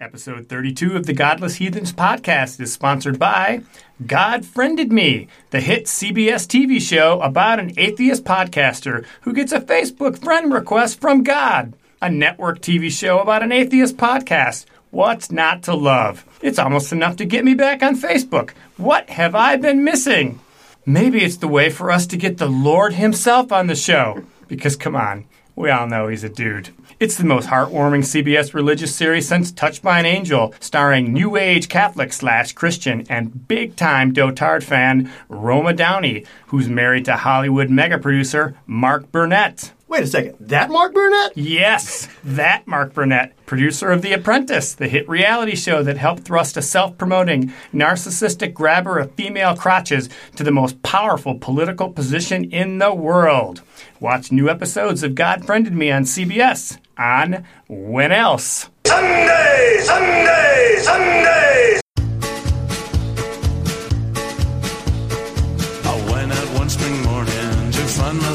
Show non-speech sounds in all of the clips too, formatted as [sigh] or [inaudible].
Episode 32 of the Godless Heathens podcast is sponsored by God Friended Me, the hit CBS TV show about an atheist podcaster who gets a Facebook friend request from God, a network TV show about an atheist podcast. What's not to love? It's almost enough to get me back on Facebook. What have I been missing? Maybe it's the way for us to get the Lord Himself on the show. Because, come on, we all know he's a dude. It's the most heartwarming CBS religious series since Touched by an Angel, starring New Age Catholic slash Christian and big time Dotard fan Roma Downey, who's married to Hollywood mega producer Mark Burnett. Wait a second. That Mark Burnett? Yes, that Mark Burnett, producer of The Apprentice, the hit reality show that helped thrust a self promoting, narcissistic grabber of female crotches to the most powerful political position in the world. Watch new episodes of God Friended Me on CBS on When Else. Sunday, Sunday, Sunday. I went out one spring morning to find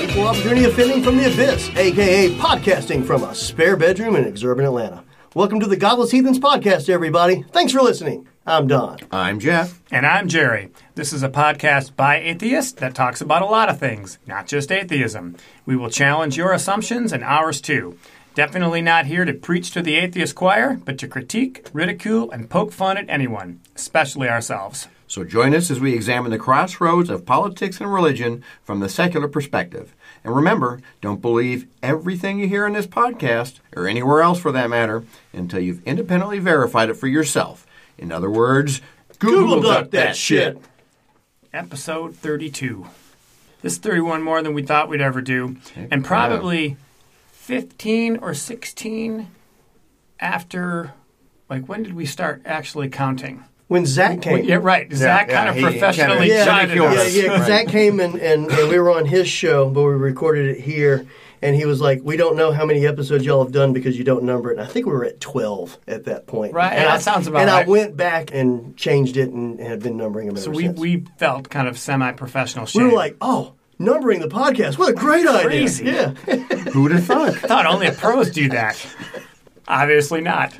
Equal opportunity offending from the abyss, aka podcasting from a spare bedroom in exurban Atlanta. Welcome to the Godless Heathens podcast, everybody. Thanks for listening. I'm Don. I'm Jeff. And I'm Jerry. This is a podcast by atheists that talks about a lot of things, not just atheism. We will challenge your assumptions and ours too. Definitely not here to preach to the atheist choir, but to critique, ridicule, and poke fun at anyone, especially ourselves. So join us as we examine the crossroads of politics and religion from the secular perspective. And remember, don't believe everything you hear in this podcast, or anywhere else for that matter, until you've independently verified it for yourself. In other words, Google duck that shit. Episode 32. This is 31 more than we thought we'd ever do, and probably 15 or 16 after. Like, when did we start actually counting? When Zach came. Yeah, right. Zach yeah, kind of he- he professionally kinda- yeah, chided ridiculed us. us. Yeah, yeah. Right. Zach came and, and, and we were on his show, but we recorded it here. And he was like, "We don't know how many episodes y'all have done because you don't number it." And I think we were at twelve at that point. Right, And that I, sounds about And right. I went back and changed it and had been numbering them ever So we, since. we felt kind of semi-professional shame. we were like, "Oh, numbering the podcast! What a great Crazy. idea!" Yeah. Who'd have thought? thought only pros do [laughs] that. Obviously not.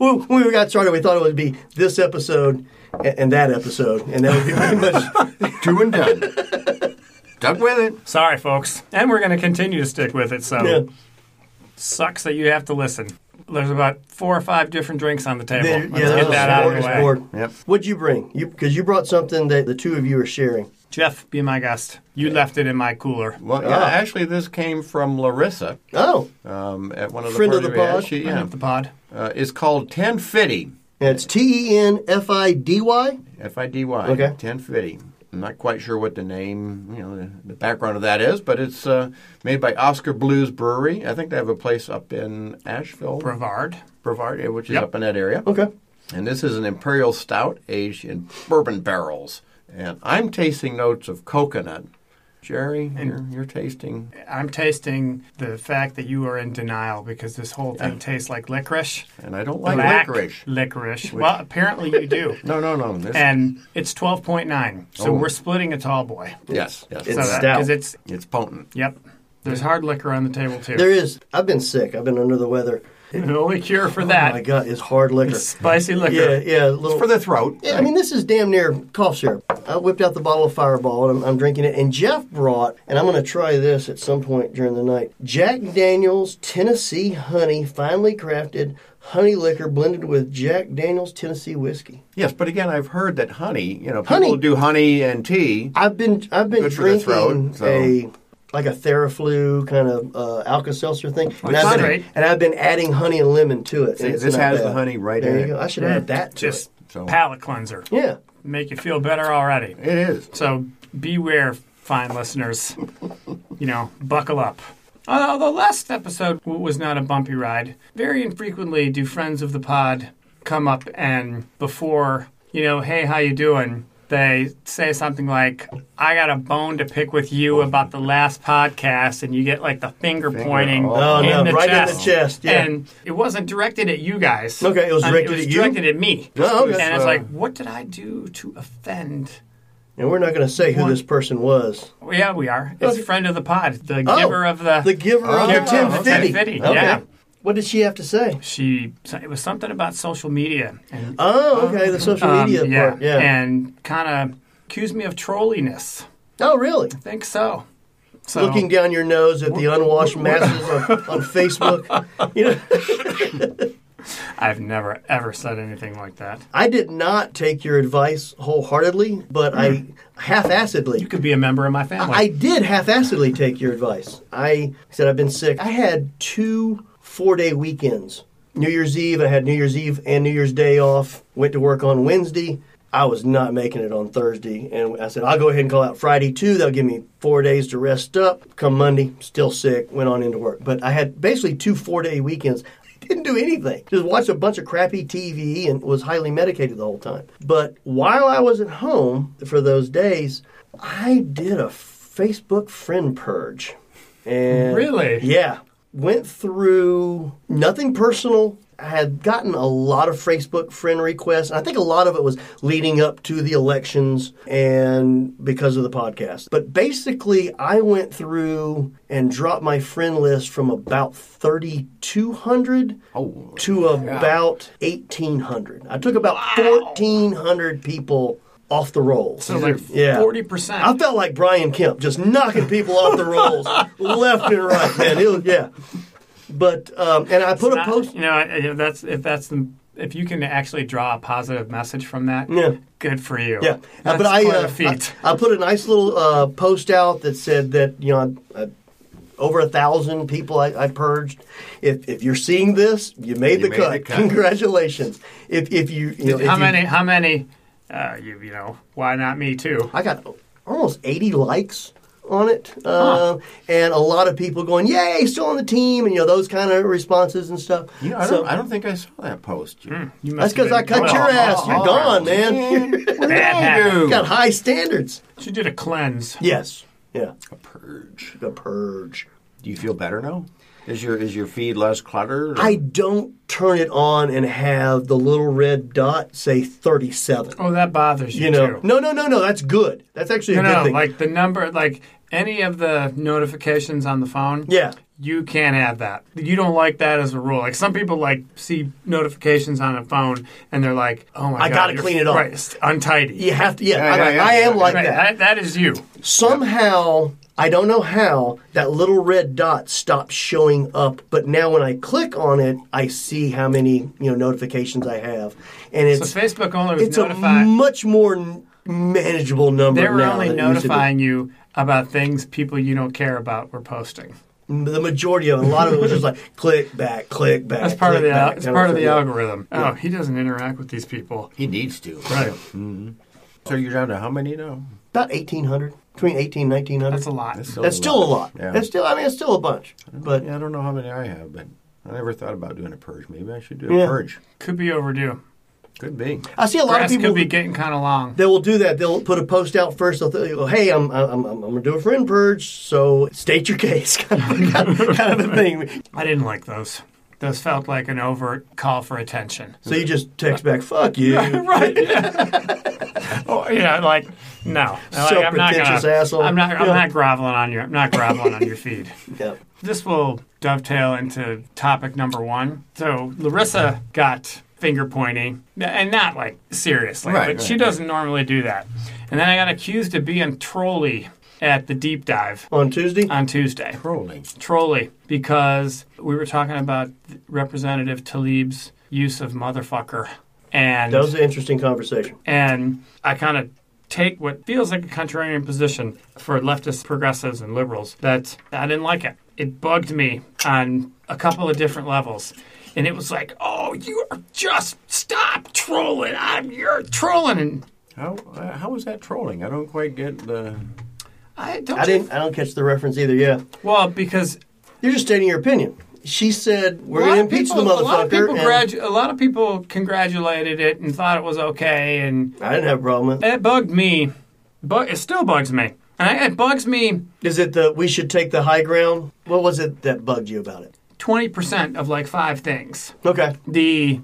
Well, when we got started, we thought it would be this episode and, and that episode, and that would be pretty [laughs] Oh, much. Two and done. Stuck with it. Sorry, folks. And we're going to continue to stick with it. So Yeah. sucks that you have to listen. There's about four or five different drinks on the table. There- Let's yeah, get that out of the way. Yep. What'd you bring? You because you brought something that the two of you are sharing. Jeff, be my guest. You left it in my cooler. Well, yeah, actually, this came from Larissa Oh, um, at one of the Friend of parties the we had. pod. She, Bring yeah, up the pod. uh, it's called Ten Fitty. and it's T E N F I D Y. F I D Y. Okay. 1050. I'm not quite sure what the name, you know, the, the background of that is, but it's uh, made by Oscar Blues Brewery. I think they have a place up in Asheville, Brevard. Brevard, yeah, which is Yep. up in that area. Okay. And this is an imperial stout aged in bourbon barrels. And I'm tasting notes of coconut. Jerry, you're, you're tasting. I'm tasting the fact that you are in denial because this whole thing tastes like licorice. And I don't like Black licorice. Licorice. Well, apparently you [laughs] do. No, no, no. This, and it's 12.9. So Oh. we're splitting a tall boy. yes, yes. It's So It's, that- stout. 'cause it's potent. Yep. There's hard liquor on the table too. There is. I've been sick. I've been under the weather. [laughs] the only cure for Oh that my is God, it's hard liquor. spicy liquor. Yeah, yeah. a Little, For the throat. Yeah, I mean, this is damn near cough syrup. I whipped out the bottle of Fireball and I'm, I'm drinking it. And Jeff brought, and I'm going to try this at some point during the night Jack Daniels Tennessee Honey, finely crafted honey liquor blended with Jack Daniels Tennessee whiskey. Yes, but again, I've heard that honey, you know, people Honey. do honey and tea. I've been I've been Good for the drinking throat, so- a like a Theraflu kind of uh, Alka Seltzer thing, and That's I've, been, great. and I've been adding honey and lemon to it. and it's this not has bad. the honey right there in you it. Mm. go. I should add that to Just So- palate cleanser. it. Yeah, Make you feel better already. It is. So beware, fine listeners. you know, buckle up. Although last episode w- was not a bumpy ride, very infrequently do friends of the pod come up and before you know, hey, how you doing? They say something like, "I got a bone to pick with you about the last podcast," and you get like the finger, pointing oh, in no, the right in the chest. chest, yeah. And it wasn't directed at you guys. Okay, it was Um, directed it was at you? directed at me. Oh, okay. And it's Uh, like, what did I do to offend? And we're not going to say who One- this person was. Well, yeah, we are. It's Okay. friend of the pod, the Oh, giver of the The giver of Yeah, the Tim Oh, okay. Fitty. Fitty, yeah. What did she have to say? She it was something about social media and Oh, okay, the social um, media yeah, part. Yeah. and kind of accused me of trolliness. oh, really? I think so. So Looking down your nose at the unwashed masses on, [laughs] on Facebook. You know, I've never ever said anything like that. I did not take your advice wholeheartedly, but I half-assedly. Hmm. You could be a member of my family. I did half-assedly take your advice. I said I've been sick. I had two four-day weekends. New Year's Eve, I had New Year's Eve and New Year's Day off. Went to work on Wednesday. I was not making it on Thursday, and I said I'll go ahead and call out Friday too. That'll give me four days to rest up. Come Monday, still sick. Went on into work, but I had basically two four-day weekends. I Didn't do anything. Just watched a bunch of crappy TV and was highly medicated the whole time. But while I was at home for those days, I did a Facebook friend purge. And Really? Yeah. Went through nothing personal. I had gotten a lot of Facebook friend requests. And I think a lot of it was leading up to the elections and because of the podcast. But basically, I went through and dropped my friend list from about 3,200 Oh, to about 1,800. I took about 1,400 people off the rolls. so like Yeah. forty percent. I felt like Brian Kemp, just knocking people off the rolls [laughs] left and right, man. It was, yeah. But um, and I put a post. You know, I- I- that's if that's the if you can actually draw a positive message from that. Yeah. Good for you. Yeah, Uh, That's but I, quite uh, a feat. I I put a nice little uh, post out that said that you know I, I, over a thousand people I, I purged. If if you're seeing this, you made, the, You made cut. the cut. Congratulations. If if you you know if how you- many? How many? Uh, you, you know, why not me too? I got almost 80 likes on it, uh, and a lot of people going, "Yay, still on the team!" and you know those kind of responses and stuff. you know, I, So- don't, I don't think I saw that post. You that's must have because I been- cut your well, ass. You're oh, gone, oh. man. Bad habit. Dude. got high standards. She did a cleanse. Yes. Yeah. A purge. The purge. Do you feel better now? Is your is your feed less cluttered? or- I don't turn it on and have the little red dot say 37. Oh, that bothers you, You know, too. no, no, no, no. That's good. That's actually a No, good no, thing. like the number, like any of the notifications on the phone. yeah. You can't have that. You don't like that as a rule. Like some people like see notifications on a phone and they're like, "Oh my I god, gotta you're- clean it up. Right, it's untidy. You have to. Yeah, Yeah, I, yeah, yeah, I am yeah, like right. That, that. that is you. somehow I don't know how that little red dot stopped showing up, but now when I click on it, I see how many you know notifications I have, So and it's Facebook only was it's a notified. much more n- manageable number. they were now only than it used to be. notifying you about things people you don't care about were posting. the majority of it, a lot of it was just like [laughs] click back, click back. That's part of the click back, it's kind part of thing. the algorithm. Oh, he doesn't interact with these people. He needs to. Right. So you're down to how many now? About eighteen hundred, between 18 and 1900. That's a lot. That's still a lot. Yeah. That's still, I mean, it's still a bunch. But Yeah, I don't know how many I have, but I never thought about doing a purge. Maybe I should do a Yeah. purge. Could be overdue. Could be. I see a lot Grass of people could be getting kind of long. They will do that. They'll put a post out first. They'll th- hey, I'm, I'm, I'm, I'm going to do a friend purge, so state your case, [laughs] kind of, kind of a thing. I didn't like those. Those felt like an overt call for attention. So you just text back, fuck [laughs] you. Right. [laughs] oh, you know, like no. Like, I'm not Self-pretentious gonna, asshole. I'm not. I'm Yeah. not groveling on your. I'm not groveling on your feed. Yeah. This will dovetail into topic number one. So Larissa got finger pointing, and not like seriously, Right, but right, she doesn't normally do that. And then I got accused of being trolly at the deep dive On Tuesday? on Tuesday. Trolling. Trolley because we were talking about Representative Talib's use of motherfucker, and that was an interesting conversation. and I kind of take what feels like a contrarian position for leftist progressives and liberals that I didn't like it. It bugged me on a couple of different levels. And it was like, oh, you are just stop trolling. I'm, you're trolling. And How uh, how is that trolling? I don't quite get the. I don't. I didn't. I don't catch the reference either. Yeah. Well, because You're just stating your opinion. She said, A "We're lot going to of impeach people, the motherfucker." a lot of people, and gradu- a lot of people congratulated it and thought it was okay, and I didn't have a problem with. it. it bugged me. But it still bugs me, and I, it bugs me. Is it the we should take the high ground? What was it that bugged you about it? Twenty percent of like five things. Okay, The,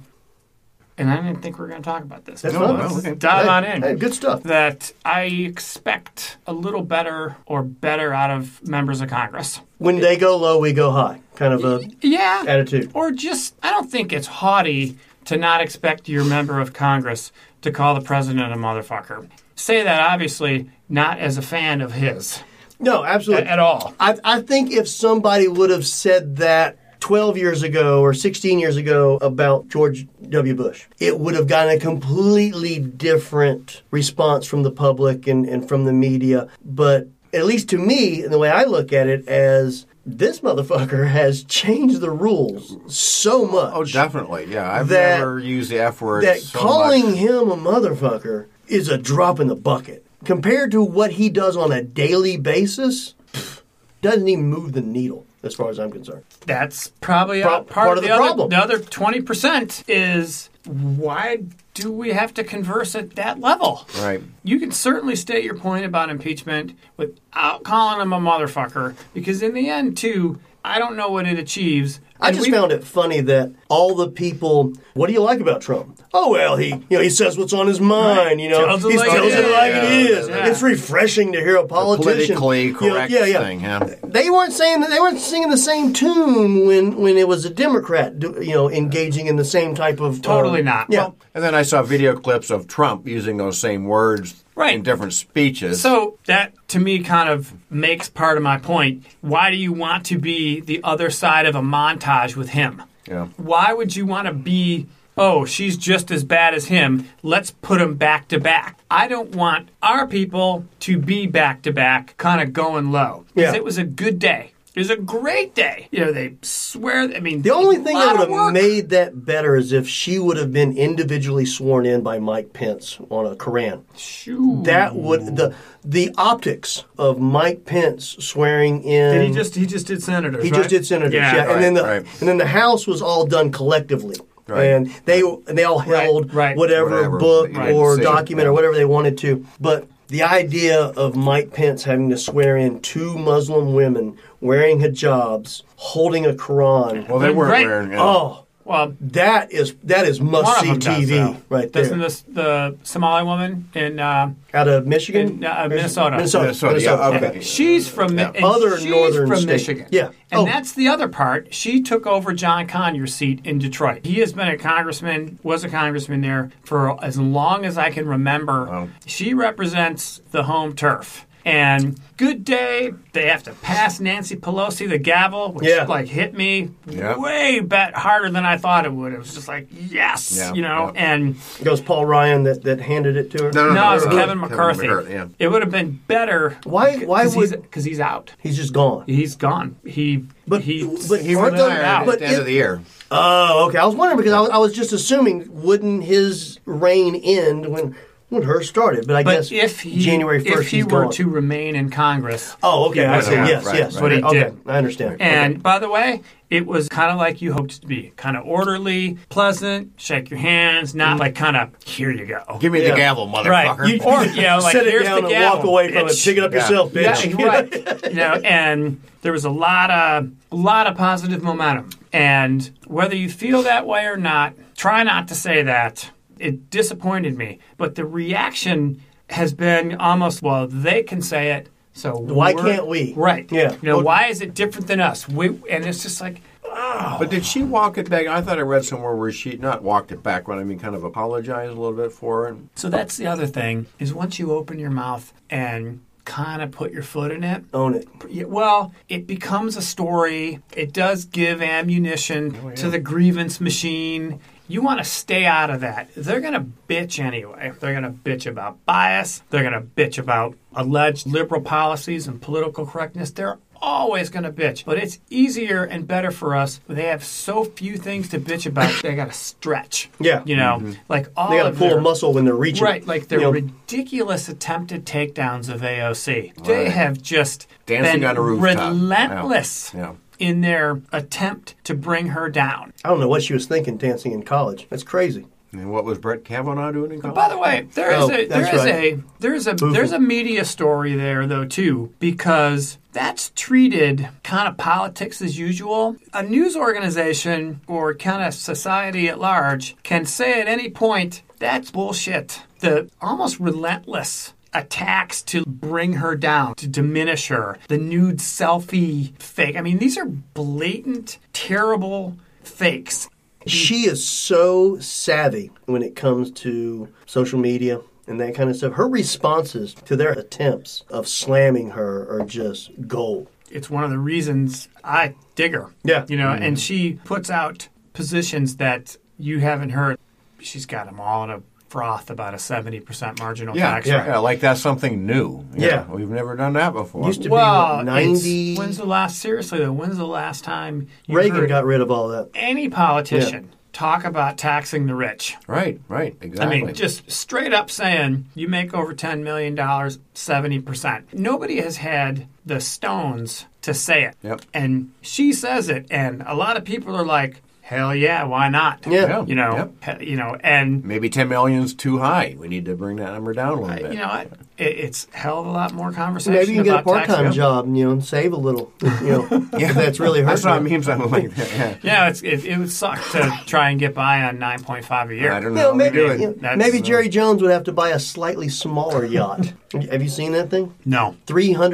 and I didn't think we were going to talk about this. that's but No, fine. let's no, oh, okay. dive Hey, on in. hey, good stuff. That I expect a little better or better out of members of Congress. When they go low, we go high. Kind of a Yeah. Attitude. Or just, I don't think it's haughty to not expect your member of Congress to call the president a motherfucker. Say that obviously not as a fan of his no, absolutely at all. I, I think if somebody would have said that 12 years ago or 16 years ago about George W. Bush, it would have gotten a completely different response from the public and, and from the media. But at least to me, and the way I look at it, as this motherfucker [laughs] has changed the rules so much Oh, definitely. Yeah, I've That- never used the F word. that so calling much. him a motherfucker is a drop in the bucket compared to what he does on a daily basis. pff, Doesn't even move the needle, as far as I'm concerned. That's probably a, Pro- part, of the, other, problem. The other 20% is why do we have to converse at that level? Right. You can certainly state your point about impeachment without calling him a motherfucker because, in the end, too, I don't know what it achieves. I And just we- found it funny that all the people, what do you like about Trump? Oh well, he you know he says what's on his mind. You know Tells it he like tells it it is. like it Yeah, is. yeah. It's refreshing to hear a politician politically you know, correct yeah, yeah. thing. Yeah. They weren't saying that they weren't singing the same tune when when it was a Democrat, do- you know, engaging in the same type of Totally um, not. Yeah, Well, And then I saw video clips of Trump using those same words Right. in different speeches. So that to me kind of makes part of my point. Why do you want to be the other side of a montage with him? Yeah. Why would you want to be, oh, she's just as bad as him. Let's put them back to back. I don't want our people to be back to back, kind of going low. Because Yeah. it was a good day. It was a great day. You know, they swear. I mean, The only thing that would have made. made that better is if she would have been individually sworn in by Mike Pence on a Koran. That would the the optics of Mike Pence swearing in. Did he just he just did senators? he right? just did senators. Yeah, right. and then the right. and then the House was all done collectively. Right. And they and they all held right. Whatever, Whatever, book right, or decision. document or whatever they wanted to. But the idea of Mike Pence having to swear in two Muslim women wearing hijabs, holding a Quran. well, they weren't Right. wearing. You know, oh, well, that is that is One must of see them does, TV though. right there. Doesn't this the Somali woman in uh, Out of Michigan, in uh, Minnesota? Minnesota, Minnesota, yeah, okay. Yeah. She's from Mi- Yeah. and Other she's northern from state. Michigan. Yeah. and Oh. that's the other part. She took over John Conyers' seat in Detroit. He has been a congressman, was a congressman there for as long as I can remember. She represents the home turf. And good day. They have to pass Nancy Pelosi the gavel, which Yeah. like hit me Yeah. way bet harder than I thought it would. It was just like yes, Yeah, you know. yeah. And It was Paul Ryan that, that handed it to her. No, no. no, it's uh, Kevin Kevin McCarthy. McCarthy, yeah. It would have been better. Why- why would- because he's out He's just gone. he's gone. He But- he but he aren't retired. there- at but the end it- of the year. Oh, okay. I was wondering because I was, I was just assuming wouldn't his reign end when when her started? But I but guess if he January first, if he he's were gone. to remain in Congress, Oh, okay. I would see. have. Yes, Right, yes. right. But he okay. didn't. I understand. And Okay. by the way, it was kind of like you hoped it to be, kind of orderly, pleasant, shake your hands, Mm. not like kind of here you go, Give me Yeah. the gavel, motherfucker. right? You, or you know, like set it here's down the and gavel, walk away from it. bitch. Pick it up Yeah. yourself, bitch. Yeah, right. [laughs] you know, and there was a lot of a lot of positive momentum. And whether you feel that way or not, try not to say that. It disappointed me, but the reaction has been almost well. They can say it, so Why we're- can't we? Right? Yeah. You know, Well- why is it different than us? We and it's just like [laughs] But did she walk it back? I thought I read somewhere where she not walked it back, but I mean, kind of apologized a little bit for it. so. That's the other thing is once you open your mouth and kind of put your foot in it, [laughs] Own it. Yeah, well, it becomes a story. It does give ammunition Oh, to the grievance machine. You want to stay out of that. They're going to bitch anyway. They're going to bitch about bias. They're going to bitch about alleged liberal policies and political correctness. They're always going to bitch. But it's easier and better for us. They have so few things to bitch about. they got to stretch. Yeah. Mm-hmm. You know, like all They got of to pull their- a muscle when they're reaching. Right, like their You know, ridiculous attempted takedowns of AOC. They Right. have just Dancing been on a rooftop. relentless Yeah. Yeah. in their attempt to bring her down. I don't know what she was thinking dancing in college. That's crazy. And what was Brett Kavanaugh doing in college? By the way, there is Oh, a there that's is right. a there is a there's a media story there though too because that's treated kind of politics as usual. A news organization or kind of society at large can say at any point that's bullshit. The almost relentless attacks to bring her down, to diminish her. The nude selfie fake. I mean, these are blatant terrible fakes. She is so savvy when it comes to social media and that kind of stuff. Her responses to their attempts of slamming her are just gold. it's one of the reasons I dig her. Yeah. You know, and she puts out positions that you haven't heard. She's got them all in a froth about a 70% marginal yeah, tax yeah, rate. yeah, like that's something new. Yeah. we've never done that before. Used to Well, be what, it's- 90. When's the last, seriously though, when's the last time you Reagan heard got rid of all that. any politician talk about taxing the rich? Right, right, I exactly. mean, just straight up saying you make over $10 million, 70%. Nobody has had the stones to say it. Yep. And she says it, and a lot of people are like, hell yeah, why not? Yeah. Mm, Yeah. You know, Yep. he- you know, and, maybe 10 million's too high. We need to bring that number down a little bit. you know, it, it- it's a hell of a lot more conversation Maybe you can get a about part time taxes. job and, you know, and save a little. if, [laughs] You know, if that's really her. that's what I mean, something like [laughs] that. Yeah. Yeah, it's, it, it would suck to try and get by on 9.5 a year. I don't You know. know, how we maybe, do it. you know, That's- uh, maybe Jerry Jones would have to buy a slightly smaller yacht. [laughs] have you seen that thing? No.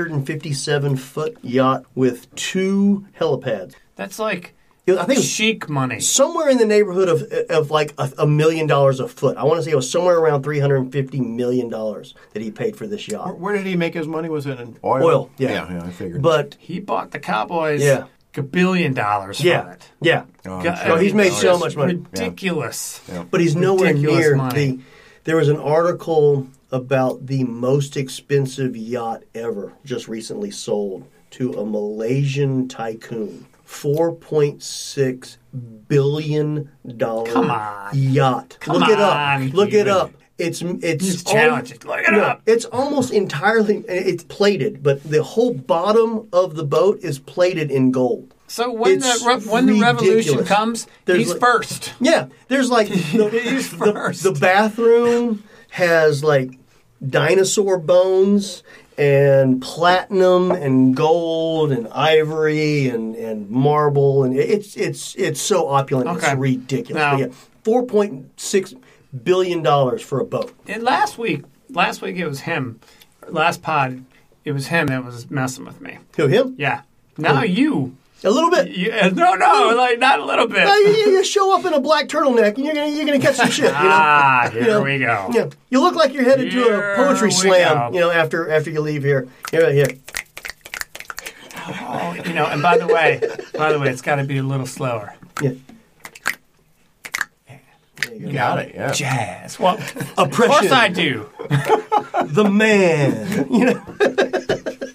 357 foot yacht with two helipads. That's like You know, I think it was chic money. somewhere in the neighborhood of of like a, a million dollars a foot. I want to say it was somewhere around three hundred and fifty million dollars that he paid for this yacht. Where did he make his money? Was it in oil? Oil, yeah. yeah, I figured. But He bought the Cowboys Yeah. a billion dollars from yeah, it. yeah. Oh, God, sure. I he's mean, made it's so much money. Ridiculous. But he's nowhere Ridiculous near money. the. There was an article about the most expensive yacht ever, just recently sold to a Malaysian tycoon. Four point six billion dollar Come on. yacht. Come Look it on. up. Look it You- up. It's it's Just al- challenge it. Look it up. It's almost entirely it's plated, but the whole bottom of the boat is plated in gold. So when It's the re- when the revolution ridiculous. comes, There's he's like- first. Yeah, there's [laughs] like the, He's the- first. the bathroom has like dinosaur bones and platinum and gold and ivory and, and marble and it's it's it's so opulent Okay. it's ridiculous. Now- But yeah, four point six billion dollars for a boat. And last week, last week it was him. Last pod, it was him that was messing with me. Who him? Yeah. Oh. Now you, A little bit. you uh, no, no, like not a little bit. Oh. Now you, you- you show up in a black turtleneck and you're gonna you're gonna catch some shit. You know? [laughs] Ah, You here know, we go. Yeah, you look like you're headed to Here a poetry we slam. go. You know, after after you leave here, here, here. Oh, you know. And by the way, by the way, it's got to be a little slower. Yeah. got it. Yeah. Jazz. Well, of [laughs] Oppression. course I do. The man. You know.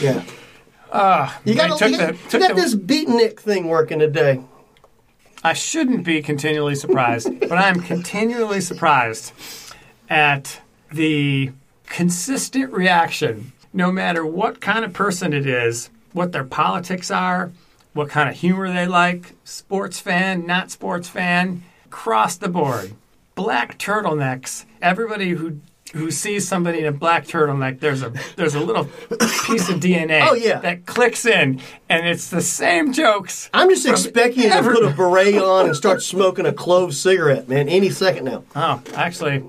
yeah. you got, I took you got, the- you took got the- this beatnik thing working today. I shouldn't be continually surprised, but I'm continually surprised at the consistent reaction, no matter what kind of person it is, what their politics are, what kind of humor they like, sports fan, not sports fan, across the board. Black turtlenecks, everybody who who sees somebody in a black turtleneck, there's a there's a little piece of DNA Oh, yeah. that clicks in and it's the same jokes. I'm just expecting you to put a beret on and start smoking a clove cigarette, man, any second now. Oh, actually,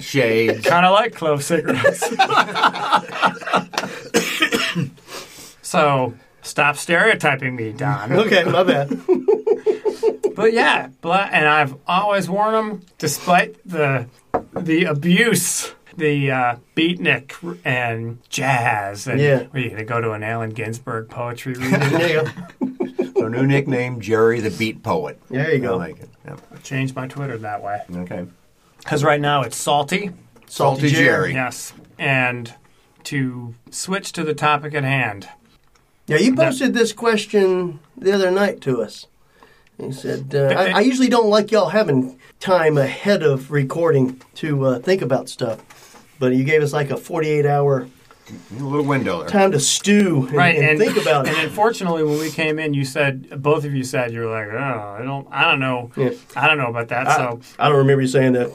Shades. kind of like clove cigarettes. so stop stereotyping me, Don. Okay, my bad. But yeah, bla and I've always worn them, despite the the abuse, the uh, beatnik and jazz. And Yeah. we're gonna go to an Allen Ginsberg poetry [laughs] reading. There you go. so new nickname, Jerry the Beat Poet. There you I go. like it. Yeah. Change my Twitter that way Okay. because right now it's salty. Salty Jerry. Yes, and to switch to the topic at hand. Yeah, you posted this question the other night to us. You said, uh, I, I usually don't like y'all having time ahead of recording to uh, think about stuff, but you gave us like a 48 hour A little window there. Time to stew and, right and think about and it. unfortunately when we came in you said both of you said you were like oh i don't i don't know Yeah. i don't know about that [laughs] so I don't remember you saying that.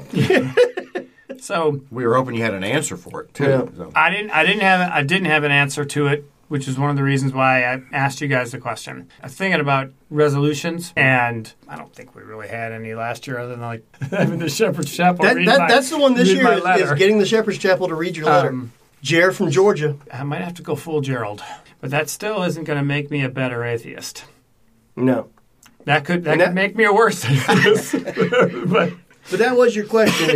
so We were hoping you had an answer for it too. Yeah. So, I didn't. I didn't have. I didn't have an answer to it, which is one of the reasons why I asked you guys the question. I'm thinking about resolutions, and I don't think we really had any last year, other than like [laughs] having the Shepherd's Chapel. That, read that, my- that's the one this read year my is- is, letter. getting the Shepherd's Chapel to read your letter. Um, Jer from Georgia. I might have to go full Gerald, but that still isn't going to make me a better atheist. No. That could that And that- could make me a worse [laughs] atheist. but But that was your question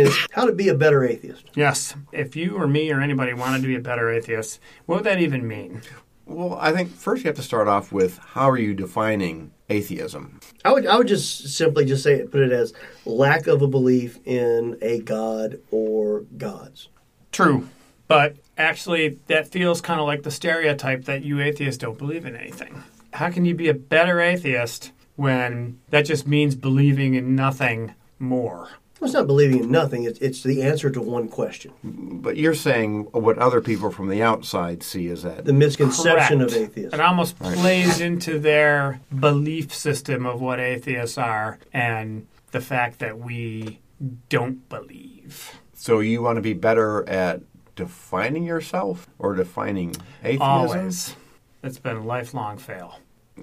[laughs] is how to be a better atheist. yes, if you or me or anybody wanted to be a better atheist, what would that even mean? well, I think first you have to start off with how are you defining atheism? I would I would just simply just say it put it as lack of a belief in a god or gods. True. But actually, that feels kind of like the stereotype that you atheists don't believe in anything. How can you be a better atheist when that just means believing in nothing more? Well, it's not believing in nothing. It's, it's the answer to one question. But you're saying what other people from the outside see is that The misconception Correct. of atheists. It almost plays into their belief system of what atheists are and the fact that we don't believe. So you want to be better at defining yourself or defining atheism? Always. It's been a lifelong fail.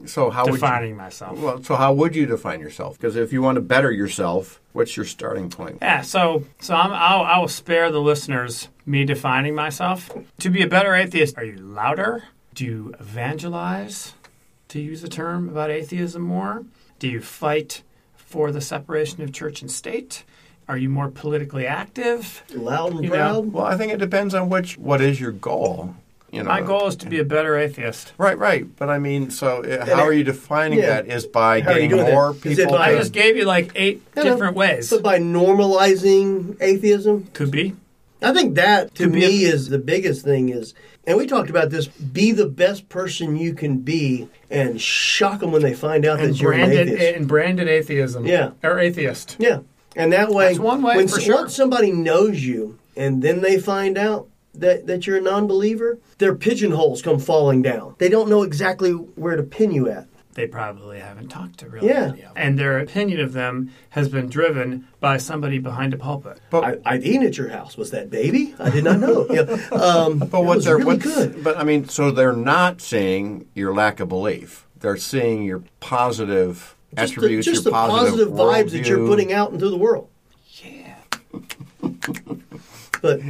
So how Defining would myself. you, well, so how would you define yourself? Because if you want to better yourself, what's your starting point? Yeah, so so I'm, I'll, I will spare the listeners me defining myself. To be a better atheist, are you louder? Do you evangelize, to use a term about atheism more? Do you fight for the separation of church and state? Are you more politically active? Loud and You know, proud. Well, I think it depends on which. What is your goal? You know, My Oh, goal is to be a better atheist. Right, right. But I mean, so uh, how are you defining Yeah. that? Is by How are you getting doing that? more Is it people. by- I to- just gave you like eight No, no. different ways. But by normalizing atheism, Could be. I think that to Could be me is the biggest thing is, and we talked about this, be the best person you can be and shock them when they find out And that you're an branded, atheist. and branded atheism. Yeah. Or atheist. yeah. And that way, That's one way when for sure. once somebody knows you and then they find out that, that you're a non believer, their pigeonholes come falling down. They don't know exactly where to pin you at. they probably haven't talked to really Yeah. any of them. And their opinion of them has been driven by somebody behind a pulpit. I, I'd eaten at your house. Was that baby? I did not know. Yeah. Um, [laughs] But what was they're really what's- good. But I mean, so they're not seeing your lack of belief. They're seeing your positive Just the- attributes, just your the positive, vibes that you're worldview. putting out into the world. Yeah. but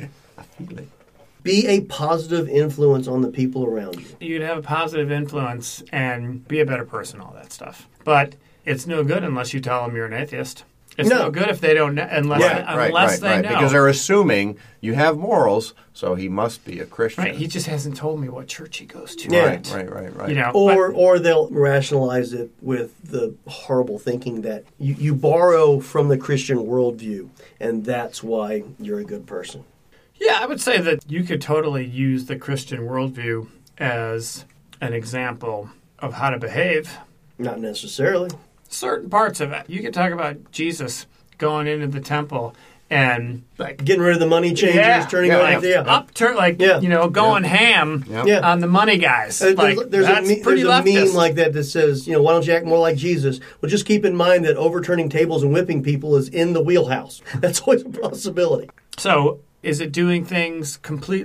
be a positive influence on the people around you. You'd have a positive influence and be a better person, all that stuff. But it's no good unless you tell them you're an atheist. It's no, No. good if they don't know, unless unless they know. Because they're assuming you have morals, so he must be a Christian. right, he just hasn't told me what church he goes to. Yeah. right, right, right, right. You know, Or, or they'll rationalize it with the horrible thinking that you, you borrow from the Christian worldview, and that's why you're a good person. Yeah, I would say that you could totally use the Christian worldview as an example of how to behave Not necessarily. certain parts of it. You could talk about Jesus going into the temple and like Getting rid of the money changers, turning Yeah, on like, the yeah. Uh, upturn, like Yeah. you know, going ham Yeah. on the money guys. Uh, like, there's, there's that's a, me- pretty there's a leftist. meme like that that says, you know, why don't you act more like Jesus? Well, just keep in mind that overturning tables and whipping people is in the wheelhouse. [laughs] That's always a possibility. so. Is it doing things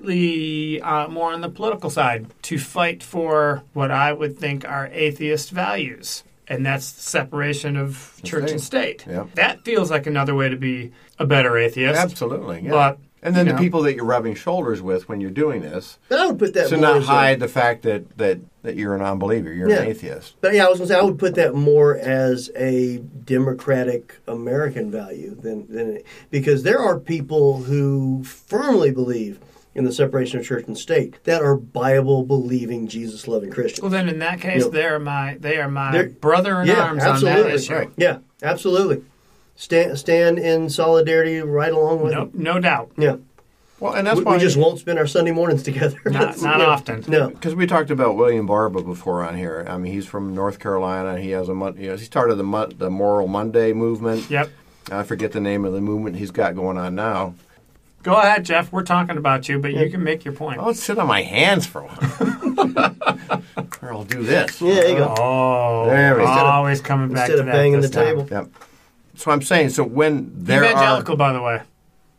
completely uh, more on the political side to fight for what I would think are atheist values? And that's separation of church and state. Yeah. That feels like another way to be a better atheist. Absolutely. Yeah. But, and then you the know. people that you're rubbing shoulders with when you're doing this, But I would put that to more not as a- hide the fact that, that, that you're a non believer, you're an Yeah. atheist. but yeah, I was going to say I would put that more as a democratic American value than than because there are people who firmly believe in the separation of church and state that are Bible believing Jesus loving Christians. Well, then in that case, Yeah. they are my they are my They're- brother in Yeah, arms on absolutely. that issue. Right. Yeah, absolutely. Stand stand in solidarity right along with No, them. no doubt. Yeah. Well, and that's we, why we just won't spend our Sunday mornings together. [laughs] Not, That's- not yeah. often. No. Because we talked about William Barber before on here. I mean, he's from North Carolina. He has a mon- you know, he started the mon- the Moral Monday movement. Yep. I forget the name of the movement he's got going on now. Go ahead, Jeff. We're talking about you, but you can make your Oh. point. I'll sit on my hands for a while. [laughs] or I'll do this. Yeah, there you go. Oh, There we go. Instead of- always coming back Instead to of that banging the this time. table. Yep. So I'm saying, so when there are Evangelical, by the way.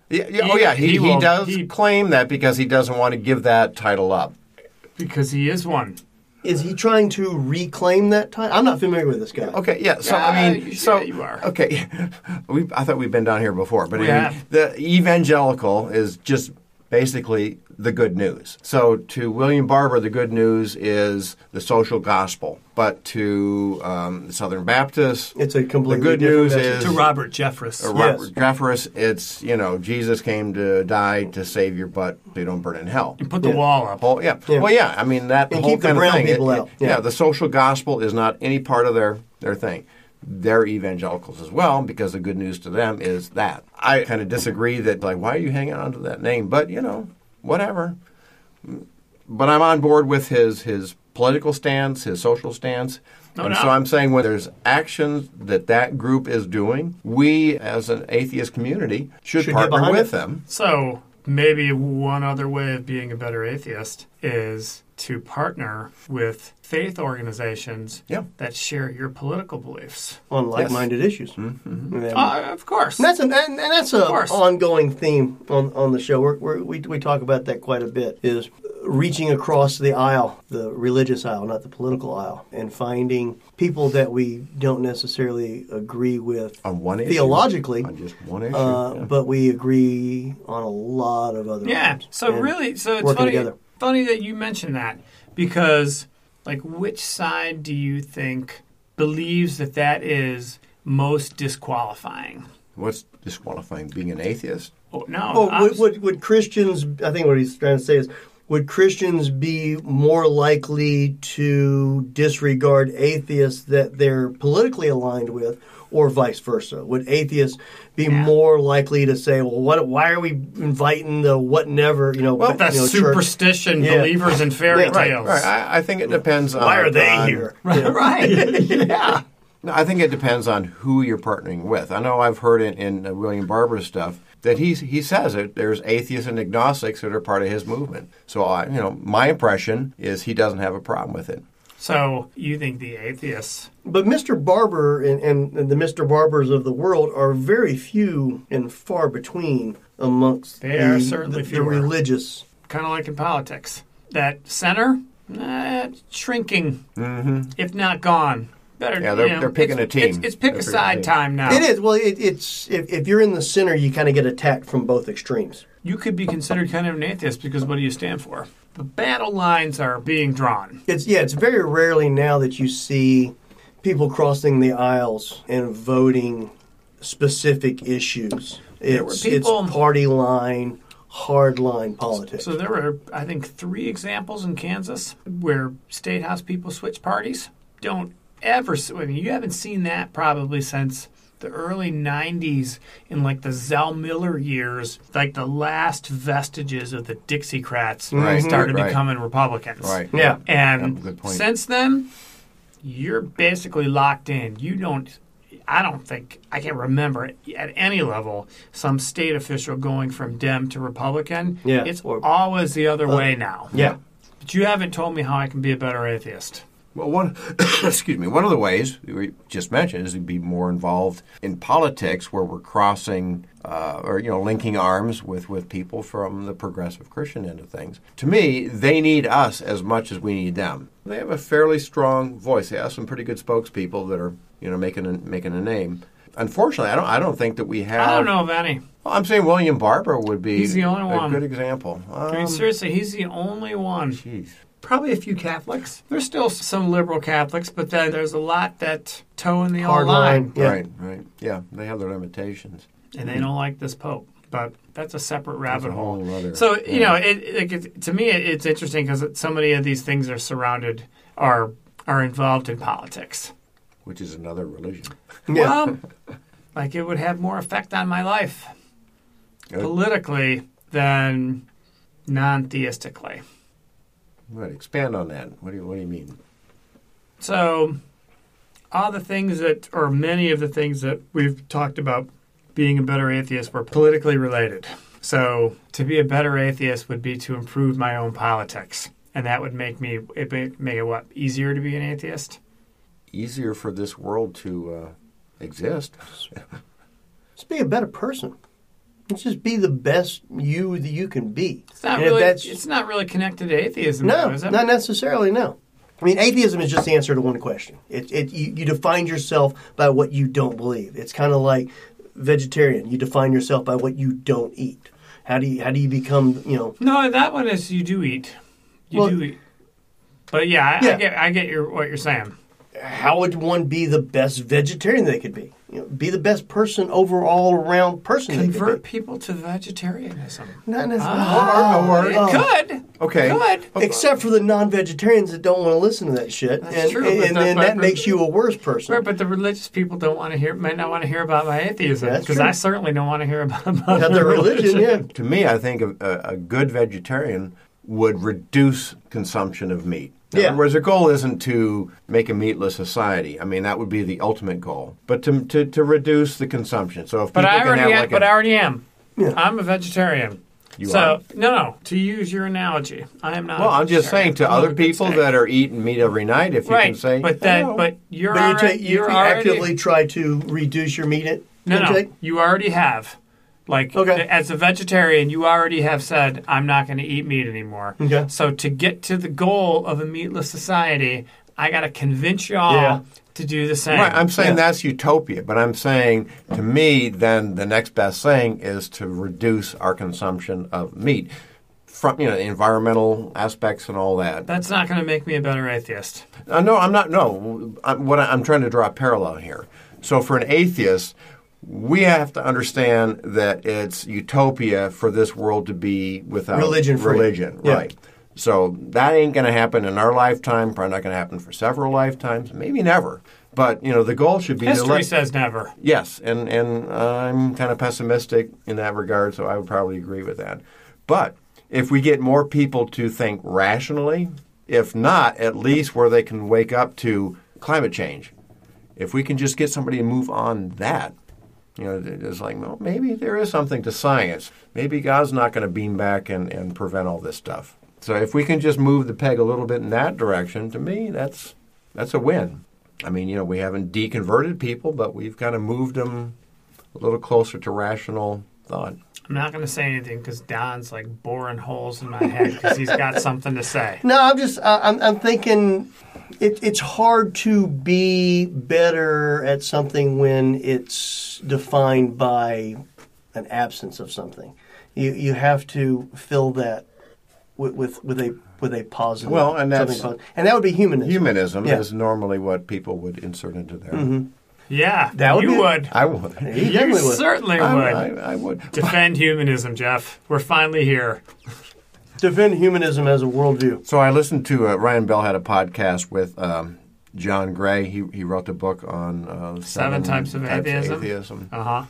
Yeah, yeah, oh yeah, He- he, he he, will- does he- claim that because he doesn't want to give that title up. Because he is one. Is he trying to reclaim that title? I'm not familiar with this guy. Okay, yeah. So Yeah, I mean, you- so yeah, you are. Okay, [laughs] we I thought we've been down here before, but I We mean, have. the evangelical is just basically the good news. So to William Barber, the good news is the social gospel, but to um, the Southern Baptists, It's a completely the good different news message. is To Robert Jeffress. Uh, Yes. Robert Jeffress, it's you know Jesus came to die to save your butt so you don't burn in hell. Put the wall up. Well, yeah. Well, yeah. I mean that And whole keep the kind brown of thing. people out. yeah. Yeah. the social gospel is not any part of their their thing. They're evangelicals as well because the good news to them is that. I kind of disagree that like why are you hanging on to that name? But you know, whatever. But I'm on board with his his political stance, his social stance. No and doubt. so I'm saying when there's actions that that group is doing, we as an atheist community should, Should get partner behind with it. them. So maybe one other way of being a better atheist is to partner with faith organizations Yeah. that share your political beliefs. on like-minded issues. We Hmm. have- Uh, of course. And that's an and, and that's a course. ongoing theme on, on the show. We're, we're, we we talk about that quite a bit. Is reaching across the aisle, the religious aisle, not the political aisle, and finding people that we don't necessarily agree with On one issue. theologically, On just one issue. uh, Oh, yeah. but we agree on a lot of other. Yeah. items. So And really, so it's working funny, together. funny that you mentioned that because, like, which side do you think believes that that is most disqualifying? What's disqualifying being an atheist? Oh, no. Well, I'm would, would, would Christians, I think what he's trying to say is, would Christians be more likely to disregard atheists that they're politically aligned with, or vice versa? Would atheists be more likely to say, well, what, why are we inviting the what never, you know, the you know, church? superstition Yeah. believers in fairy Yeah, right, tales. Right. I, I think it depends on. Why are they on- here? [laughs] right. yeah. No, I think it depends on who you're partnering with. I know I've heard in, in uh, William Barber's stuff that he he says it. There's atheists and agnostics that are part of his movement. So I, you know, my impression is he doesn't have a problem with it. [laughs] So you think the atheists? But Mr. Barber and, and, and the Mr. Barbers of the world are very few and far between amongst They the, are certainly the, the fewer. religious. kind of like in politics. That center, eh, shrinking, if not gone. Better, Yeah, they're- you know, they're picking it's- a team. It's, it's pick They're a picking a side team. time now. It is. Well, it, it's if, if you're in the center, you kind of get attacked from both extremes. You could be considered kind of an atheist because what do you stand for? The battle lines are being drawn. It's yeah. It's very rarely now that you see people crossing the aisles and voting specific issues. were It's, people- it's party line, hard line politics. So there were, I think, three examples in Kansas where state house people switch parties. Don't ever. s- I mean, you haven't seen that probably since the early '90s in like the Zell Miller years, like the last vestiges of the Dixiecrats Mm-hmm. Right, started right. becoming Republicans. Right. yeah. And Yeah, good point. since then, you're basically locked in. You don't. I don't think I can't remember at any level some state official going from Dem to Republican. Yeah. it's Or- always the other way now. Yeah. But you haven't told me how I can be a better atheist. Well, one [coughs] excuse me. One of the ways we just mentioned is to be more involved in politics, where we're crossing uh, or you know linking arms with with people from the progressive Christian end of things. To me, they need us as much as we need them. They have a fairly strong voice. They have some pretty good spokespeople that are you know making a, making a name. Unfortunately, I don't. I don't think that we have. I don't know of any. Well, I'm saying William Barber would be He's the only a one. good example. I mean, Um, seriously, he's the only one. geez. Probably a few Catholics. There's still some liberal Catholics, but then there's a lot that toe in the Hard line, line. Yeah. Right, right. Yeah, they have their limitations. and they don't like this pope. But that's a separate rabbit a whole hole. other- so you know, it, it, it- to me, it, it's interesting because so many of these things are surrounded are are involved in politics. Which is another religion. Well, like it would have more effect on my life Good. politically than non-theistically. Right. Expand on that. What do you What do you mean? So, all the things that, or many of the things that we've talked about being a better atheist, were politically related. So to be a better atheist would be to improve my own politics, and that would make me it ma- make it what easier to be an atheist. Easier for this world to uh, exist. Just be a better person. Let's just be the best you that you can be. It's not And if really that's- it's not really connected to atheism. No, though, is it? not necessarily. No, I mean atheism is just the answer to one question. It, it you, you define yourself by what you don't believe. It's kind of like vegetarian. You define yourself by what you don't eat. How do you how do you become you know? No, that one is you do eat. You Well- do eat. But yeah, I, I Yeah. get I get your what you're saying. How would one be the best vegetarian they could be? You know, be the best person overall around person. they could Convert be. people to vegetarianism. Not necessarily. Or- or- It could. Oh. Okay. Oh. Could. Except for the non-vegetarians that don't want to listen to that shit, and, true, and, but and that- then but- that makes you a worse person. Right, but the religious people don't want to hear, might not want to hear about my atheism That's because true. I certainly don't want to hear about, about Have their religion, yeah. To me, I think a, a, a good vegetarian would reduce consumption of meat. In Yeah. other words, the goal isn't to make a meatless society. I mean, that would be the ultimate goal, but to, to, to reduce the consumption. So [laughs] if But people I can already, have am, like but a, I already am. Yeah. I'm a vegetarian. You so are? no, no. To use your analogy, I am not. well, i I'm just saying to other people that are eating meat every night, if you right, can say, but that, "Oh, but you're But you, already, take, you, are you already, actively try to reduce your meat in- no, intake? no. You already have. Like Okay. as a vegetarian, you already have said I'm not going to eat meat anymore. Okay. So to get to the goal of a meatless society, I got to convince y'all Yeah. to do the same. Right, I'm saying Yeah. that's utopia, but I'm saying to me, then the next best thing is to reduce our consumption of meat from you know environmental aspects and all that. That's not going to make me a better atheist. Uh, no, I'm not. No, i what I, I'm trying to draw a parallel here. So for an atheist, we have to understand that it's utopia for this world to be without Religion-free. Religion, Yeah. right? So that ain't going to happen in our lifetime. Probably not going to happen for several lifetimes, maybe never. But you know, the goal should be to History let- says never. Yes, and and I'm kind of pessimistic in that regard, so I would probably agree with that. But if we get more people to think rationally, if not, at least where they can wake up to climate change. If we can just get somebody to move on that, you know, th- it's like, well, maybe there is something to science. Maybe God's not going to beam back and, and prevent all this stuff. So if we can just move the peg a little bit in that direction, to me, that's that's a win. I mean, you know, we haven't deconverted people, but we've kind of moved them a little closer to rational thought. I'm not going to say anything because Don's like boring holes in my head because he's got something to say. No, I'm just I I'm, I'm thinking it, it's hard to be better at something when it's defined by an absence of something. You you have to fill that with with, with a with a positive. Well, and that's- something positive. and that would be humanism. Humanism Yeah. is normally what people would insert into their. Yeah, [laughs] That would you be- would. I [laughs] would. You You definitely would. certainly I, would. I, I would. Defend humanism, Jeff. We're finally here. defend humanism as a worldview. So I listened to uh, Ryan Bell had a podcast with um, John Gray. He he wrote the book on uh, Seven types of atheism. atheism. Uh huh.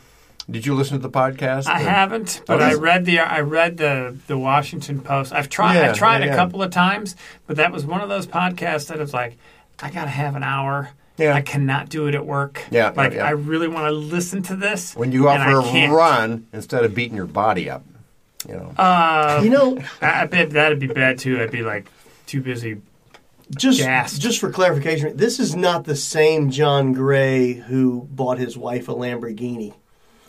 Did you listen to the podcast? I Or- haven't, but I that's- read the I read the the Washington Post. I've tried Yeah, I tried yeah, a yeah. couple of times, but that was one of those podcasts that I was like, I gotta have an hour. Yeah. I cannot do it at work. Yeah, yeah, like yeah. I really want to listen to this. When you go and out I for a can't. Uh, run instead of beating your body up, you know. Um, you know, I, I bet that'd be bad too. I'd be like too busy. just Gassed. just for clarification, this is not the same John Gray who bought his wife a Lamborghini.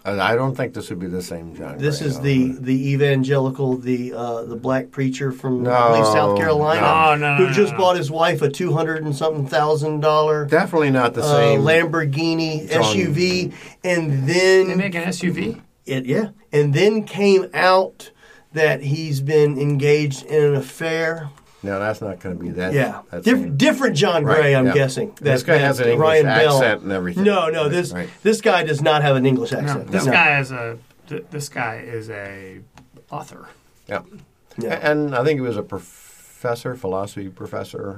And I don't think this would be the same John. This Gray, is no. the the evangelical, the uh, the black preacher from No, I believe, South Carolina, Oh, no. No, no, who no, just no, no. bought his wife a two hundred and something thousand dollar definitely not the uh, same. Lamborghini John- SUV, and They then make an SUV. it yeah, and then came out that he's been engaged in an affair. no, that's not going to be that. Yeah, that Diff- same. different John Right, Gray, I'm yeah. guessing. This guy has an English accent and everything. No, no, this Right. this guy does not have an English No, accent. this No. guy is a th- this guy is a author. Yeah. Yeah. A- And I think he was a professor, philosophy professor.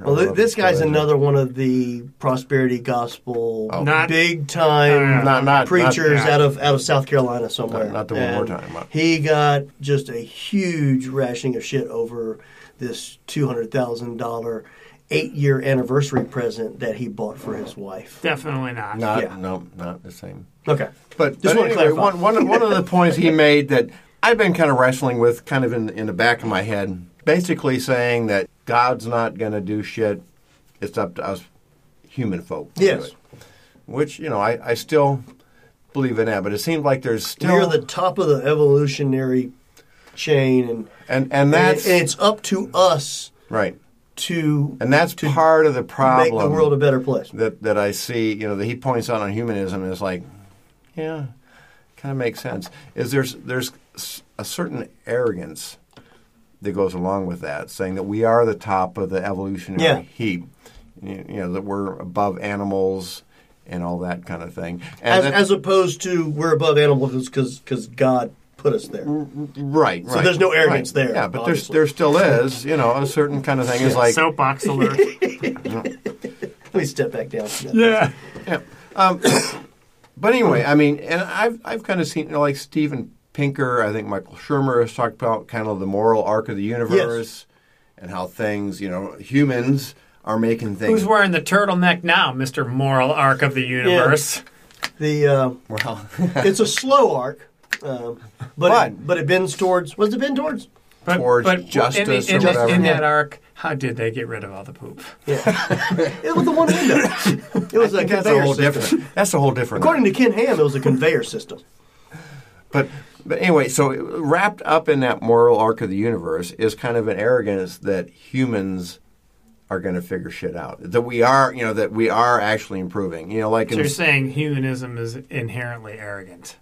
Well, I don't know th- if this he guy's still is. another one of the prosperity gospel, Not- Uh, big No, time Oh. Not, not preachers not- yeah. out of out of South Carolina somewhere. Not- not the one we're And talking about. He got just a huge rationing of shit over this two hundred thousand dollar eight year anniversary present that he bought for his wife. Definitely not. Not, yeah. No, not the same. Okay, But, Just but wanna anyway, clarify. one, one, of, one of the points he made that I've been kind of wrestling with, kind of in, in the back of my head, basically saying that God's not going to do shit. It's up to us human folk. to do Yes. it. Which, you know, I, I still believe in that, but it seems like there's still. We are the top of the evolutionary chain, and and, and and, it- that's. and it's up to us right. to And that's part of the problem. make the world a better place. that that I see, you know, that he points out on humanism is like, yeah, kind of makes sense. Is there's there's s- a certain arrogance that goes along with that, saying that we are the top of the evolutionary Yeah. heap, you you know, that we're above animals and all that kind of thing. And As, that- as opposed to we're above animals because God put us there. right, so there's no arrogance there, Yeah, but obviously. there's there still is, you know, a certain kind of thing is like Soapbox [laughs] alert. Let me step back down. from that. yeah. But anyway, I mean, and I've I've kind of seen you know, like Steven Pinker. I think Michael Shermer has talked about kind of the moral arc of the universe and how things, you know, humans are making things. Who's wearing the turtleneck now, Mr. Moral Arc of the Universe? The uh, well, [laughs] it's a slow arc, um, but But- it, but it bends towards. What's it bend towards? But, Towards but in, justice the, in, or the, in whatever. that arc, how did they get rid of all the poop? Yeah, [laughs] it was the one window. It was a that's a conveyor whole system. different. That's a whole different. According to Ken Ham, it was a conveyor system. But but anyway, so wrapped up in that moral arc of the universe is kind of an arrogance that humans are going to figure shit out. That we are, you know, that we are actually improving. You know, like So in, you're saying humanism is inherently arrogant.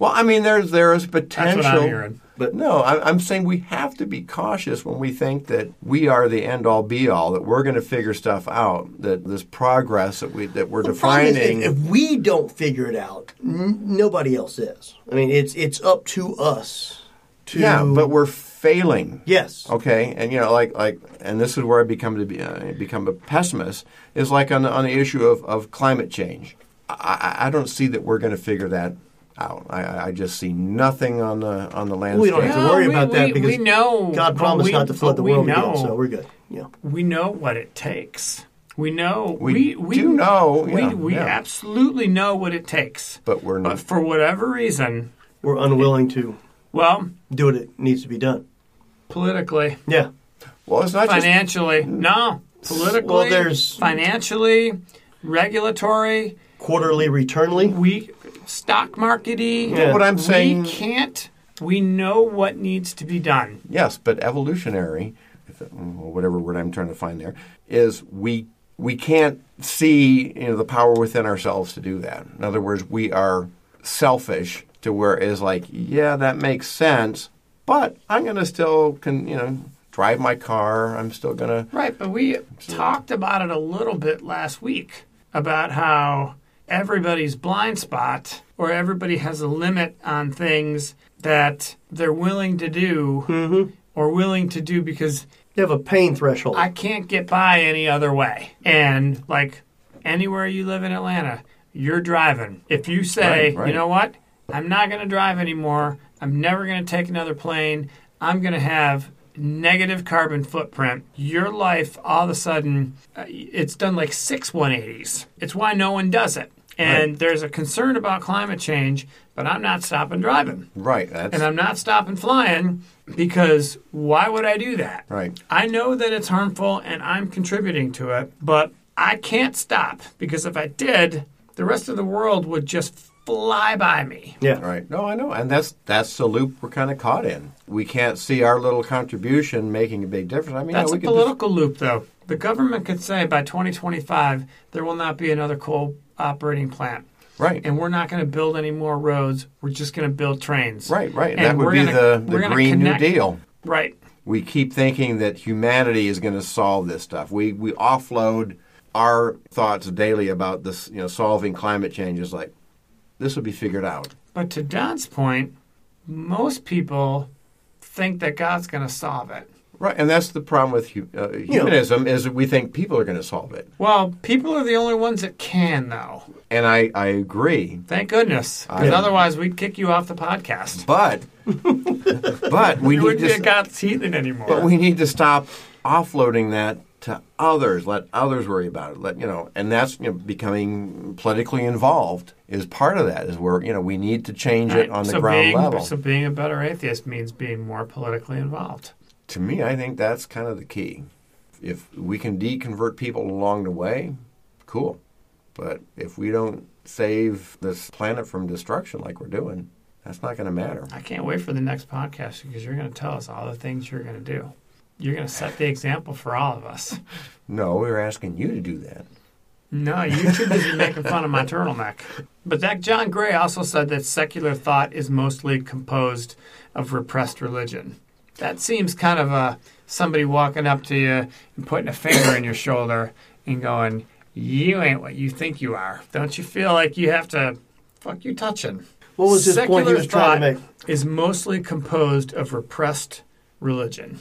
well, I mean, there's there is That's potential. what I'm hearing. But no, I- I'm saying we have to be cautious when we think that we are the end all be all, that we're going to figure stuff out, that this progress that we that we're The problem is, if- defining. if, we don't figure it out, n- nobody else is. I mean, it's it's up to us. To, yeah, but we're failing. yes, Okay, and you know, like like, and this is where I become to be uh, become a pessimist. Is like on the, on the issue of, of climate change. I, I I don't see that we're going to figure that out. I- I, I just see nothing on the on the landscape. we don't have to worry No, we- about that we- because we know, God but promised we- not to flood the but we world know. again, so we're good. Yeah, We know what it takes. We know. We We, we, do know, We, yeah, we yeah. absolutely know what it takes. But we're But not. for whatever reason, we're unwilling to well, do what it needs to be done. politically, Yeah, Well, it's not just financially, no, politically, Well, there's- financially, regulatory, quarterly, returnly. we stock markety. Yeah. what I'm we saying. can't. We know what needs to be done. Yes, but evolutionary, if- well, whatever word I'm trying to find there, is we we can't see you know the power within ourselves to do that. In other words, we are selfish to where it's like, yeah, that makes sense, but I'm gonna still can you know drive my car. I'm still gonna Right, but we talked about it a little bit last week about how everybody's blind spot or everybody has a limit on things that they're willing to do or willing to do because They have a pain threshold. I can't get by any other way. And like anywhere you live in Atlanta, you're driving. If you say, Right, right. you know what, I'm not going to drive anymore. I'm never going to take another plane. I'm going to have negative carbon footprint. Your life, all of a sudden, uh, it's done like six 180s. It's why no one does it. And there's a concern about climate change, but I'm not stopping driving. right. That's And I'm not stopping flying because why would I do that? right. I know that it's harmful and I'm contributing to it, but I can't stop because if I did, the rest of the world would just fly by me. yeah, Right. No, I know, and that's that's the loop we're kind of caught in. We can't see our little contribution making a big difference. I mean, That's yeah, a we could just- political loop, though. The government could say by 2025 there will not be another coal operating plant, right. and we're not going to build any more roads. We're just going to build trains. Right, right. And that would we're be gonna- the, we're the gonna Green connect- New Deal. Right. we keep thinking that humanity is going to solve this stuff. We we offload our thoughts daily about this, you know, solving climate change is like this will be figured out. But to Don's point, most people think that God's going to solve it. Right, and that's the problem with hu- uh, humanism is that we think people are going to solve it. Well, people are the only ones that can, though. And I, I agree. Thank goodness, because Yeah. otherwise we'd kick you off the podcast. But [laughs] but we You need wouldn't to be a s- God's heathen anymore. but we need to stop offloading that to others. Let others worry about it. Let you know, and that's you know, becoming politically involved is part of that. Is where you know we need to change it on the so ground being, level. So being a better atheist means being more politically involved. to me, I think that's kind of the key. If we can deconvert people along the way, cool. But if we don't save this planet from destruction like we're doing, that's not going to matter. I can't wait for the next podcast because you're going to tell us all the things you're going to do. You're going to set the example for all of us. No, we were asking you to do that. No, you should be making fun of my turtleneck. But that John Gray also said that secular thought is mostly composed of repressed religion. That seems kind of a somebody walking up to you and putting a finger in your shoulder and going, "You ain't what you think you are." Don't you feel like you have to fuck you touching? What was his point he was trying to thought Is mostly composed of repressed religion.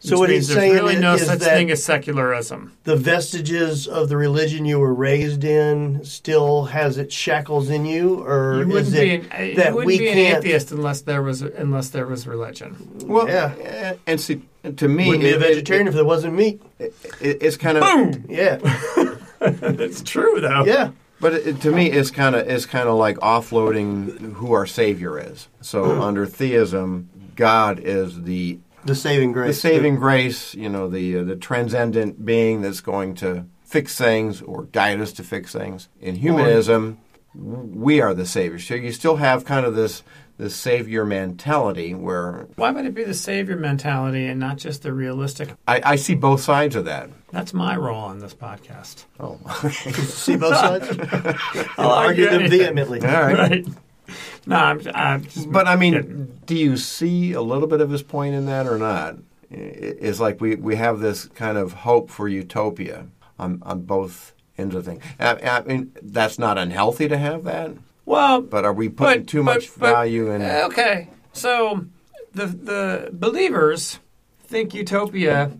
So Which what means he's there's saying really no is such that- thing as secularism. the vestiges of the religion you were raised in still has its shackles in you, or You is wouldn't be it an, uh, you that wouldn't we be an can't? atheist unless there was unless there was religion. Well, Yeah. yeah. and see, to me, Wouldn't be a it- it- vegetarian if it wasn't meat. it- it's kind of Yeah, It's true though. yeah. But it, it- to me, it's kind of it's kind of like offloading who our savior is. So under theism, God is the The saving the grace. saving grace, you know, the uh, the transcendent being that's going to fix things or guide us to fix things. In humanism, we are the savior. So you still have kind of this this savior mentality where Why would it be the savior mentality and not just the realistic? I, I see both sides of that. That's my role on this podcast. Oh, [laughs] See both [laughs] sides. I'll argue argue them anything. vehemently. all right. Right. No, I'm, I'm just. But I kidding. mean, do you see a little bit of his point in that or not? I- It's like we, we have this kind of hope for utopia on, on both ends of things. I, I mean, that's not unhealthy to have that, well, but are we putting But- too but- much but- value in uh, Okay, so the the believers think utopia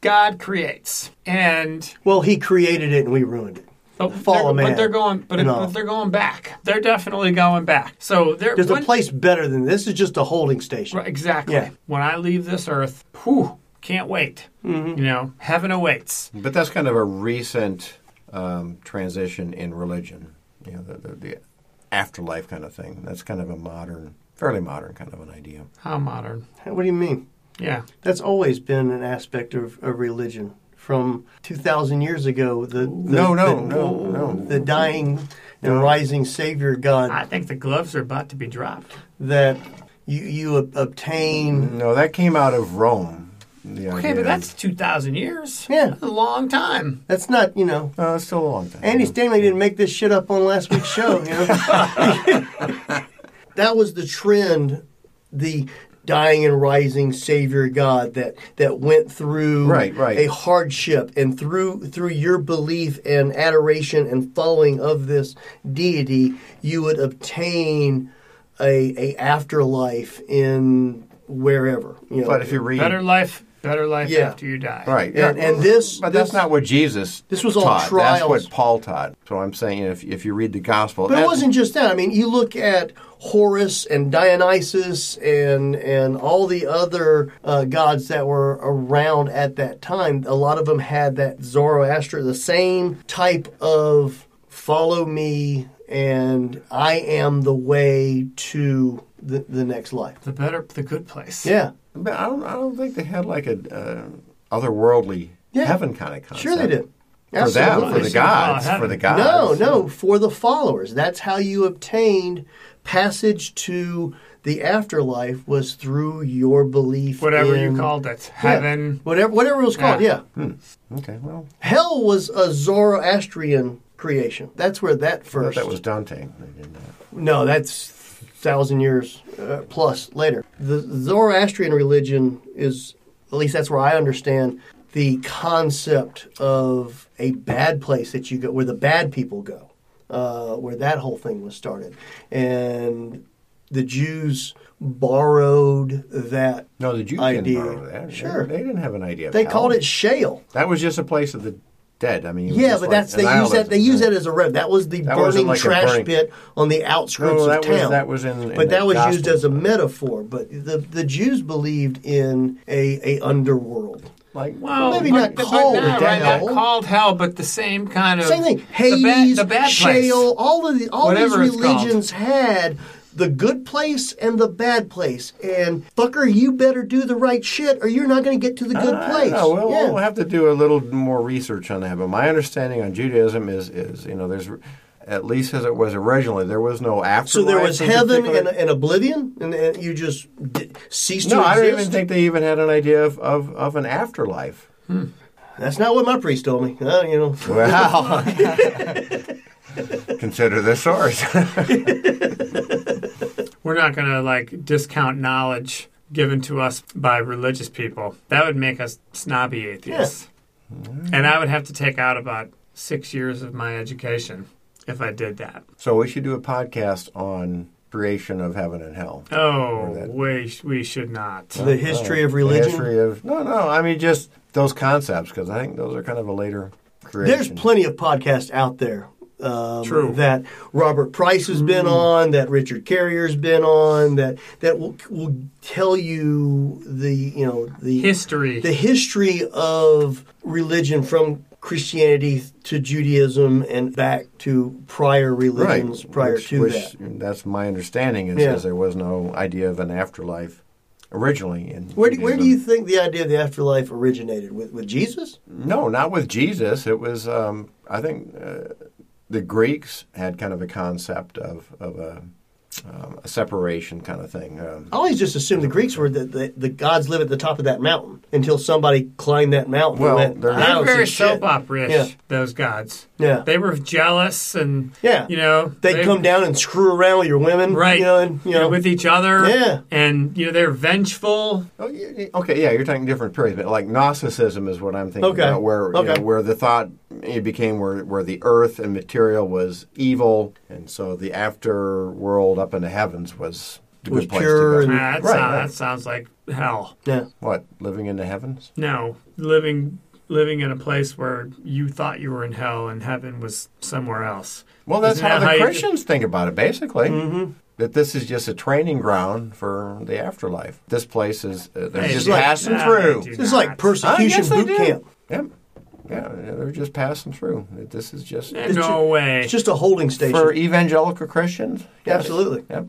God creates, and Well, he created it and we ruined it. but Fall they're, of man But they're going, but, and it- all. but they're going back. They're definitely going back. So they're There's when- a place better than this. Is just a holding station. Right, exactly. Yeah. When I leave this earth, whew, can't wait. Mm-hmm. You know, heaven awaits. But that's kind of a recent um, transition in religion, you know, the, the, the afterlife kind of thing. That's kind of a modern, fairly modern kind of an idea. How modern. What do you mean? Yeah. That's always been an aspect of, of religion from 2,000 years ago. The, the No, no, the, no, no. The dying and rising Savior God I think the gloves are about to be dropped. that you you ob- obtain. No, that came out of Rome. Mm-hmm. the Okay, idea. but that's 2,000 years. Yeah. That's a long time. That's not you know. No, it's still a long time. Andy Stanley didn't make this shit up on last week's show. [laughs] You know? [laughs] that was the trend. The dying and rising Savior God that that went through Right, right. a hardship and through through your belief and adoration and following of this deity, you would obtain a a afterlife in wherever. You know, But if you read Better life, better life Yeah. after you die. Right. And- yeah. and this- but that's this- not what Jesus. this was all taught. trials. That's what Paul taught. So I'm saying, if if you read the gospel, But it that- wasn't just that. I mean, you look at Horus and Dionysus and and all the other uh, gods that were around at that time. A lot of them had that Zoroaster, the same type of follow me and I am the way to the, the next life. The better, the good place. Yeah, But I don't. I don't think they had like a uh, otherworldly Yeah. heaven kind of concept. sure they did. For them, for Absolutely. the They should've called gods, it for the heaven. gods. No, no, for the followers. That's how you obtained passage to the afterlife was through your belief. Whatever in, you called it. Yeah, Heaven. whatever, whatever it was called. Yeah, Yeah. Okay, well, hell was a Zoroastrian creation. That's where that I thought first. that was Dante. They did that. No, that's thousand years uh, plus later. The Zoroastrian religion is, at least that's where I understand the concept of a bad place that you go, where the bad people go, uh, where that whole thing was started, and the Jews borrowed that. No, the Jews Idea. didn't borrow that. They- Sure. they, didn't have an idea. Of They hell. called it Sheol. That was just a place of the dead. I mean, it was Yeah, just but like that's they an use that they nihilism, use right? that as a rev. That was the That wasn't burning like a trash burning- pit on the outskirts No, of that was- town. that was in- but in that the was gospel. used as a metaphor. But the the Jews believed in a a underworld. Like, Well, maybe Oh, but- not but called not, right, hell. not called hell, but the same kind of Same thing. the Hades, bad, the bad Sheol, all of the all these Whatever it's called. religions had the good place and the bad place. And fucker, you better do the right shit, or you're not going to get to the good place. No, we'll, yeah. we'll have to do a little more research on that. But my understanding on Judaism is, is you know, there's at least as it was originally, there was no afterlife. so there was in heaven particular. and, and oblivion, and, and you just d- ceased no, to I exist. don't even think they even had an idea of, of, of [laughs] an afterlife. That's not what my priest told me. Uh, you know, Wow. [laughs] Consider the source. [laughs] We're not going to like discount knowledge given to us by religious people. That would make us snobby atheists. And I would have to take out about six years of my education if I did that. so we should do a podcast on creation of heaven and hell. Oh, we, we should not. [laughs] the history of The religion. history of no, no. I mean just those concepts because I think those are kind of a later creation. There's plenty of podcasts out there. Um, True. Mm. That Robert Price has been on, that Richard Carrier's been on, that that will, will tell you the you know the History. the history of religion from Christianity to Judaism and back to prior religions prior which- to which- that. That's my understanding is, Yeah. is there was no idea of an afterlife originally. In Where do, where do you Judaism. think the idea of the afterlife originated with with Jesus? No, not with Jesus. It was, um, I think, uh, the Greeks had kind of a concept of of a, um, a separation kind of thing. Um, I always just assumed the Greeks were that the, the gods live at the top of that mountain until somebody climbed that mountain. Well, and went, they're- "I They don't were see very shit." soap opera-ish, Yeah. those gods. Yeah. They were jealous and, Yeah. you know. They'd they- come down and screw around with your women. Right. You know, and, you know, with each other. Yeah. And, you know, they're vengeful. oh, y- y- okay, yeah, you're talking different periods, but like Gnosticism is what I'm thinking Okay. about, where you know, Okay. where the thought it became where where the earth and material was evil, and so the after world up in the heavens was the Was good place pure to and- go. Nah, Ah, that, Right, sound- right. that sounds like hell. yeah. What living in the heavens? No, living living in a place where you thought you were in hell and heaven was somewhere else. Well, that's Isn't how that the how you- Mm-hmm. Christians think about it, basically. That this is just a training ground for the afterlife. This place is uh, they're Hey, Ah, just it's like- passing nah, through. dude. It's like Ah, Oh, persecution yes, they boot do. camp. Yep. Yeah, yeah, they're just passing through. That This is just Eh, It's no ju- way. It's just a holding station. for e evangelical Christians. Yes. Absolutely. Yep.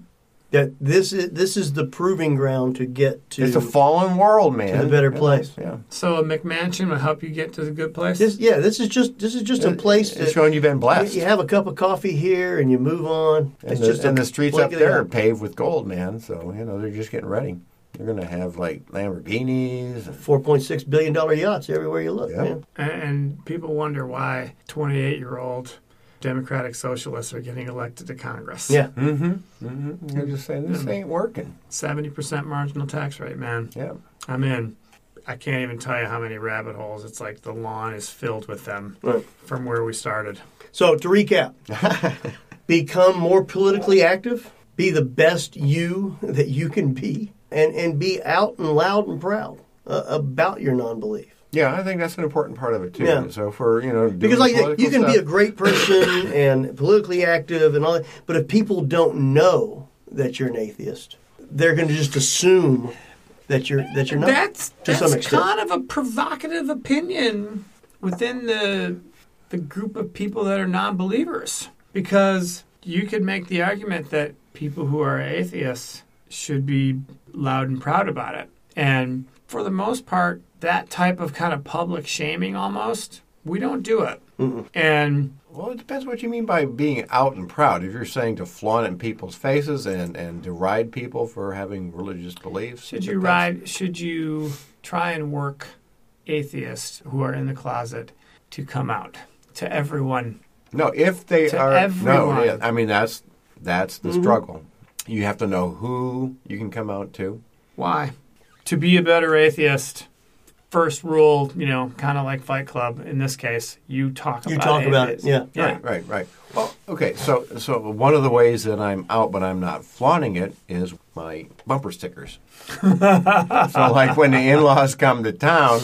That this is this is the proving ground to get to It's a fallen world, man. to the better place. Yeah. so a McMansion will help you get to the good place. This yeah, this is just this is just a place It's that showing you've been blessed. you have a cup of coffee here and you move on. And, it's the, just a uh, and the streets blink up of the there are eye. paved with gold, man. So you know they're just getting ready. They're gonna have like Lamborghinis. and- Four point six billion dollar yachts everywhere you look. Yeah. man. A- and people wonder why 28 year old Democratic socialists are getting elected to Congress. Yeah. Mm-hmm. They're just saying this ain't working. 70% marginal tax rate, man. Yeah. I'm in. I can't even tell you how many rabbit holes. It's like the lawn is filled with them Right. from where we started. So to [laughs] recap, become more politically active, be the best you that you can be, and, and be out and loud and proud uh, about your non-belief. Yeah, I think that's an important part of it too. Yeah. So for you know, doing Because like you political can be stuff- a great person [coughs] and politically active and all that, but if people don't know that you're an atheist, they're going to just assume that you're that you're not. That's to that's some extent. kind of a provocative opinion within the the group of people that are non-believers, because you could make the argument that people who are atheists should be loud and proud about it, and for the most part, that type of kind of public shaming almost we don't do it, and Well, it depends what you mean by being out and proud. If you're saying to flaunt in people's faces and and deride people for having religious beliefs, Should it you depends. ride? Should you try and work atheists who are in the closet to come out to everyone? No, if they To are no, everyone. yeah, I mean that's that's the Mm-hmm. struggle. You have to know who you can come out to. Why? To be a better atheist. First rule, you know, kind of like Fight Club. In this case, you talk. You about talk about it, atheists. yeah. yeah. Right, right, right. Well, okay. So, so one of the ways that I'm out, but I'm not flaunting it, is [laughs] my bumper stickers. so, like when the in-laws come to town,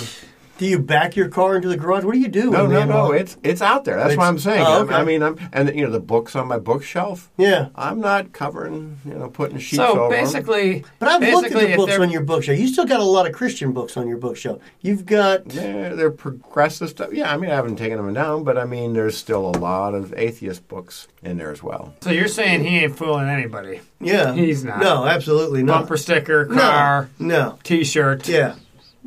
Do you back your car into the garage? What do you do? No, when no, man no. walks- It's it's out there. That's what uh, It's- I'm saying. oh, I'm- okay. I mean, I'm and you know the books on my bookshelf. Yeah. I'm not covering, you know, putting sheets over So 'em. basically, But I've looked at basically, the if books they're- on your bookshelf. You still got a lot of Christian books on your bookshelf. You've got Yeah, they're progressive stuff. Yeah, I mean, I haven't taken them down, but I mean, there's still a lot of atheist books in there as well. So you're saying he ain't fooling anybody? yeah. He's not. No, absolutely not. Bumper sticker, no, car, no. T-shirt. Yeah,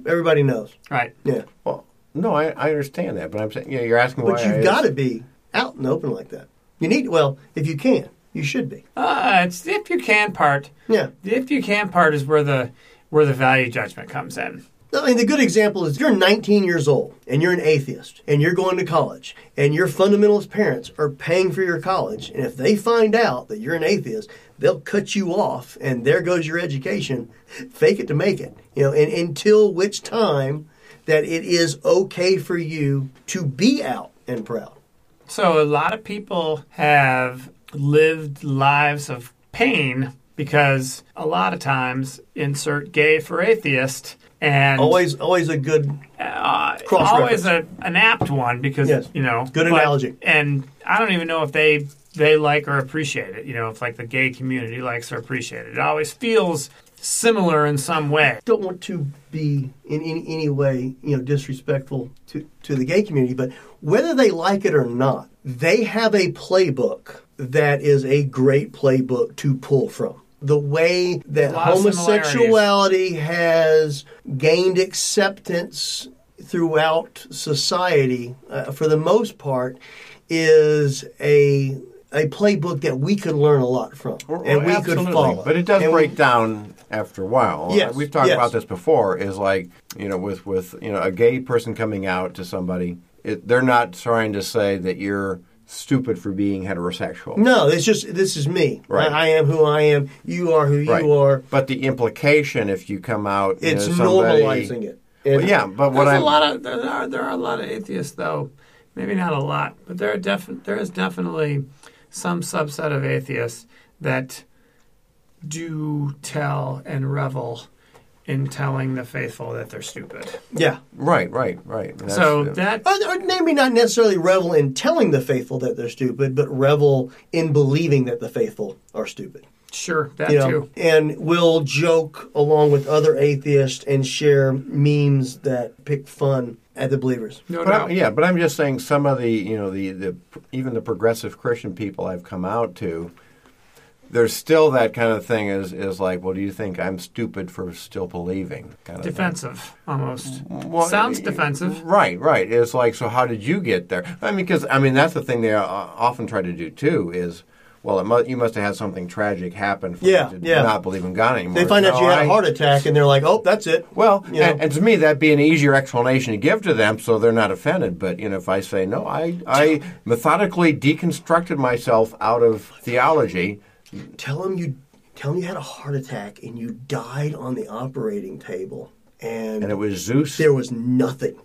everybody knows. Right. Yeah, Oh, Well, no, I, I understand that, but I'm saying, yeah, you're asking but why. you've I- got to be out and open like that. You need well, if you can, you should be. Uh, it's the if you can part. Yeah. The if you can part is where the where the value judgment comes in. I mean, the good example is you're 19 years old and you're an atheist and you're going to college and your fundamentalist parents are paying for your college. And if they find out that you're an atheist, they'll cut you off and there goes your education. Fake it to make it. You know, and until which time that it is okay for you to be out and proud. So a lot of people have lived lives of pain because a lot of times insert gay for atheist and Always, always a good. uh, cross always a, an apt one because Yes. you know Good analogy. And I don't even know if they they like or appreciate it. You know, if like the gay community likes or appreciate it, it always feels similar in some way. Don't want to be in any, any way, you know, disrespectful to, to the gay community, but whether they like it or not, they have a playbook that is a great playbook to pull from. The way that lot of homosexuality has gained acceptance throughout society, uh, for the most part, is a a playbook that we could learn a lot from Well, and we could absolutely, follow. But it does And we- break down after a while. Uh, Yes, We've talked yes. about this before is like, you know, with, with you know, a gay person coming out to somebody, it, they're not trying to say that you're stupid for being heterosexual. No, it's just this is me. Right. I, I am who I am. You are who you Right. are. But the implication if you come out It's as somebody, normalizing it. Well, yeah, but what There's I'm a lot of there are there are a lot of atheists though, maybe not a lot, but there are defi- there is definitely some subset of atheists that do tell and revel in telling the faithful that they're stupid. Yeah. right, right, right. That's- so that Or, or maybe not necessarily revel in telling the faithful that they're stupid, but revel in believing that the faithful are stupid. sure that You know, too. and will joke along with other atheists and share memes that pick fun at the believers. No But doubt. I'm, yeah, but I'm just saying some of the you know the, the even the progressive Christian people I've come out to, there's still that kind of thing is is like, well, do you think I'm stupid for still believing? Kind of thing. defensive almost. Well, Sounds y- defensive. Right, right. It's like, so how did you get there? I mean, because I mean that's the thing they uh, often try to do too is. Well, it mu- you must have had something tragic happen for Yeah, you to yeah. not believe in God anymore. They find out No, you had I- a heart attack and they're like, oh, that's it. Well, You know? and, and to me, that'd be an easier explanation to give to them, so they're not offended. But you know, if I say no, I I methodically deconstructed myself out of theology. tell him you tell him you had a heart attack and you died on the operating table and, And it was Zeus. there was nothing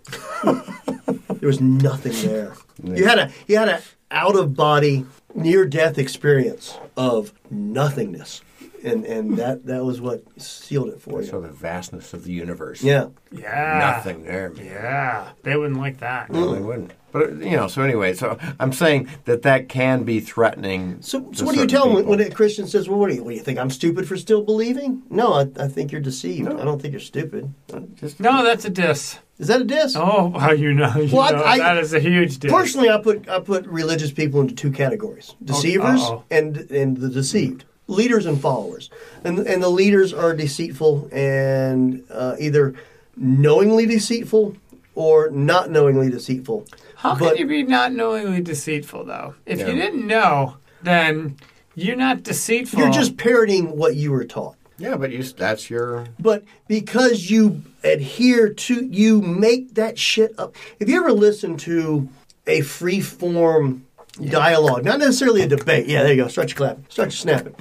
[laughs] there was nothing there you had a you had a out of body near death experience of nothingness and and that that was what sealed it for So you the vastness of the universe. yeah Yeah. Nothing there. man. Yeah. They wouldn't like that. No, they wouldn't. But you know, so anyway, so I'm saying that that can be threatening. so, to so what do you certain tell him when, people. when a Christian says, "Well, what do you, what do you think? I'm stupid for still believing?" No, I, I think you're deceived. I don't think you're stupid. No, that's a diss. Is that a diss? Oh, [laughs] wow, you know, you Well, I- know I- that is a huge diss. Personally, I put I put religious people into two categories: deceivers uh-oh. and and the deceived, leaders and followers. And and the leaders are deceitful and uh, either knowingly deceitful or not knowingly deceitful. How can But- you be not knowingly deceitful, though? If Yeah. you didn't know, then you're not deceitful. You're just parroting what you were taught. Yeah, but you, that's your. But because you adhere to, you make that shit up. If you ever listen to a free form dialogue, not necessarily a debate, yeah, there you go, start your clap, start your snapping,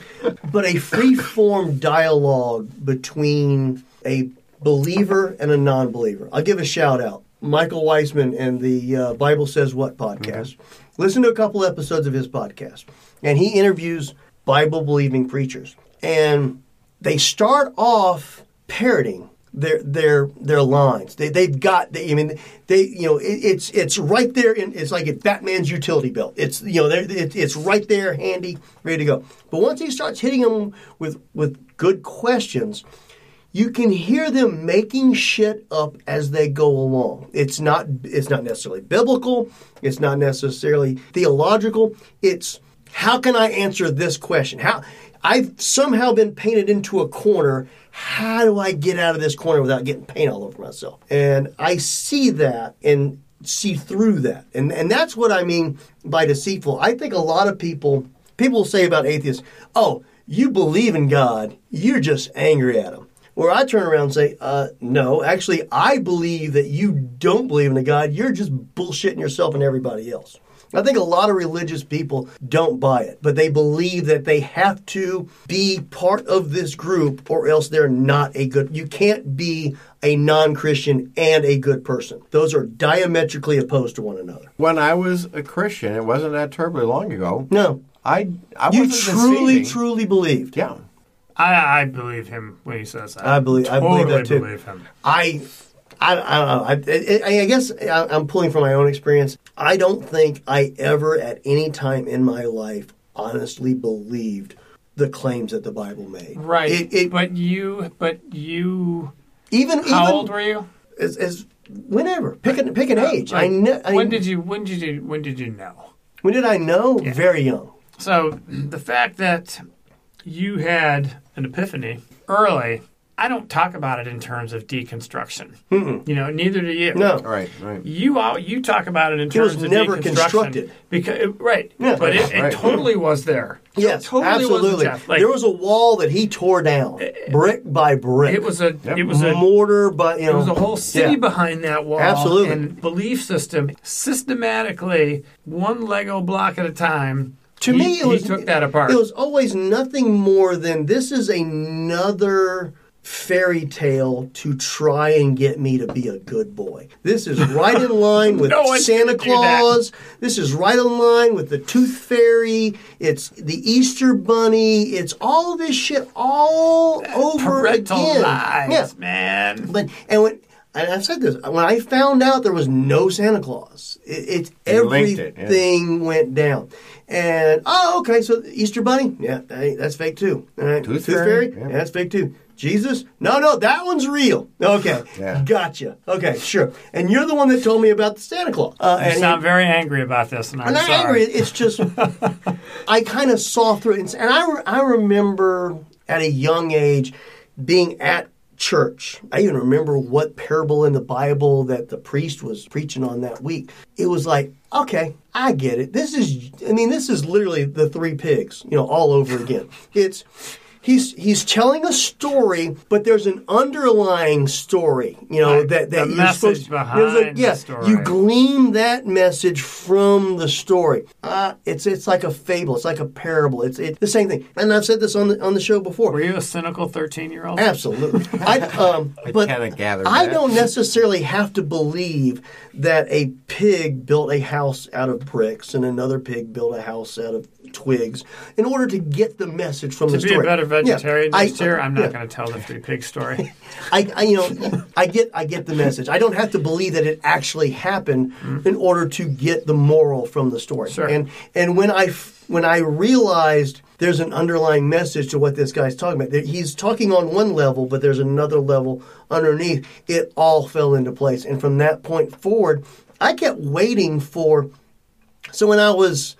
but a free form dialogue between a believer and a non believer. I'll give a shout out. Michael Weisman and the uh, Bible Says What podcast. Listen to a couple episodes of his podcast, and he interviews Bible believing preachers. And they start off parroting their their their lines. They they've got. They, I mean, they you know it, it's it's right there. In, it's like it Batman's utility belt. It's you know they're- it, it's right there, handy, ready to go. But once he starts hitting them with with good questions, you can hear them making shit up as they go along. It's not it's not necessarily biblical, it's not necessarily theological. It's how can I answer this question? How I've somehow been painted into a corner. How do I get out of this corner without getting paint all over myself? And I see that and see through that. And and that's what I mean by deceitful. I think a lot of people people say about atheists, "Oh, you believe in God, you're just angry at him." Where I turn around and say, uh, no, actually, I believe that you don't believe in a God. You're just bullshitting yourself and everybody else. I think a lot of religious people don't buy it, but they believe that they have to be part of this group or else they're not a good. You can't be a non Christian and a good person. Those are diametrically opposed to one another. When I was a Christian, it wasn't that terribly long ago. No. I I You wasn't truly, deceiving. truly believed. Yeah. I, I believe him when he says that. I believe. I totally believe that too. believe him. I, I, I don't know. I, I, I guess I, I'm pulling from my own experience. I don't think I ever, at any time in my life, honestly believed the claims that the Bible made. Right. It, it, but you, but you. even How even old were you? as, as whenever pick an pick an age. I know. I, when did you? When did you? When did you know? When did I know? Very young. So the fact that you had an epiphany early, I don't talk about it in terms of deconstruction. You know, neither do you. No. All right. Right. You all, you talk about it in terms was of never deconstruction constructed. because uh, right, Yeah. but it, it Right. totally was there. Yes, it totally Was, absolutely. Jeff. Like, there was a wall that he tore down, brick by brick. it was a it was a mortar, but you know, There was a whole city yeah. behind that wall. Absolutely. And belief system systematically, one Lego block at a time. to he- me, it he was took that apart. It was always nothing more than this is another fairy tale to try and get me to be a good boy. This is right in [laughs] line with No one's Santa gonna do that. Claus. This is right in line with the Tooth Fairy. It's the Easter Bunny. It's all this shit all over parental again. lies, Yeah. man. But and when and I've said this when I found out there was no Santa Claus, it, it's You linked it, yeah. everything went down. And oh, okay, so Easter Bunny, yeah, hey, that's fake too. All right, Tooth Fairy? Yeah. yeah, that's fake too. Jesus, no, no, that one's real. Okay, [laughs] Yeah. gotcha. Okay, sure. And you're the one that told me about the Santa Claus. Uh, you and sound very angry about this, and I'm I'm not sorry. angry. It's just I kind of saw through it, and, and I re- I remember at a young age being at church. I even remember what parable in the Bible that the priest was preaching on that week. It was like, okay, I get it. This is, I mean, this is literally the three pigs, you know, all over [laughs] again. It's he's he's telling a story, but there's an underlying story, you know, Right. that that The you're message supposed there's behind the yes, you story. glean that message from the story. Uh, it's it's like a fable. It's like a parable. It's it's the same thing. And I've said this on the on the show before. Were you a cynical 13 year old? Absolutely. I, um, but kinda gathered I that. don't necessarily have to believe that a pig built a house out of bricks and another pig built a house out of twigs in order to get the message from the To be a story. better vegetarian yeah, next year, I'm not yeah. going to tell the three pig [laughs] story. I, I you know I get I get the message. I don't have to believe that it actually happened in order to get the moral from the story. Sure. And and when I f- when I realized there's an underlying message to what this guy's talking about. that He's talking on one level, but there's another level underneath. It all fell into place. And from that point forward, I kept waiting for so when I was,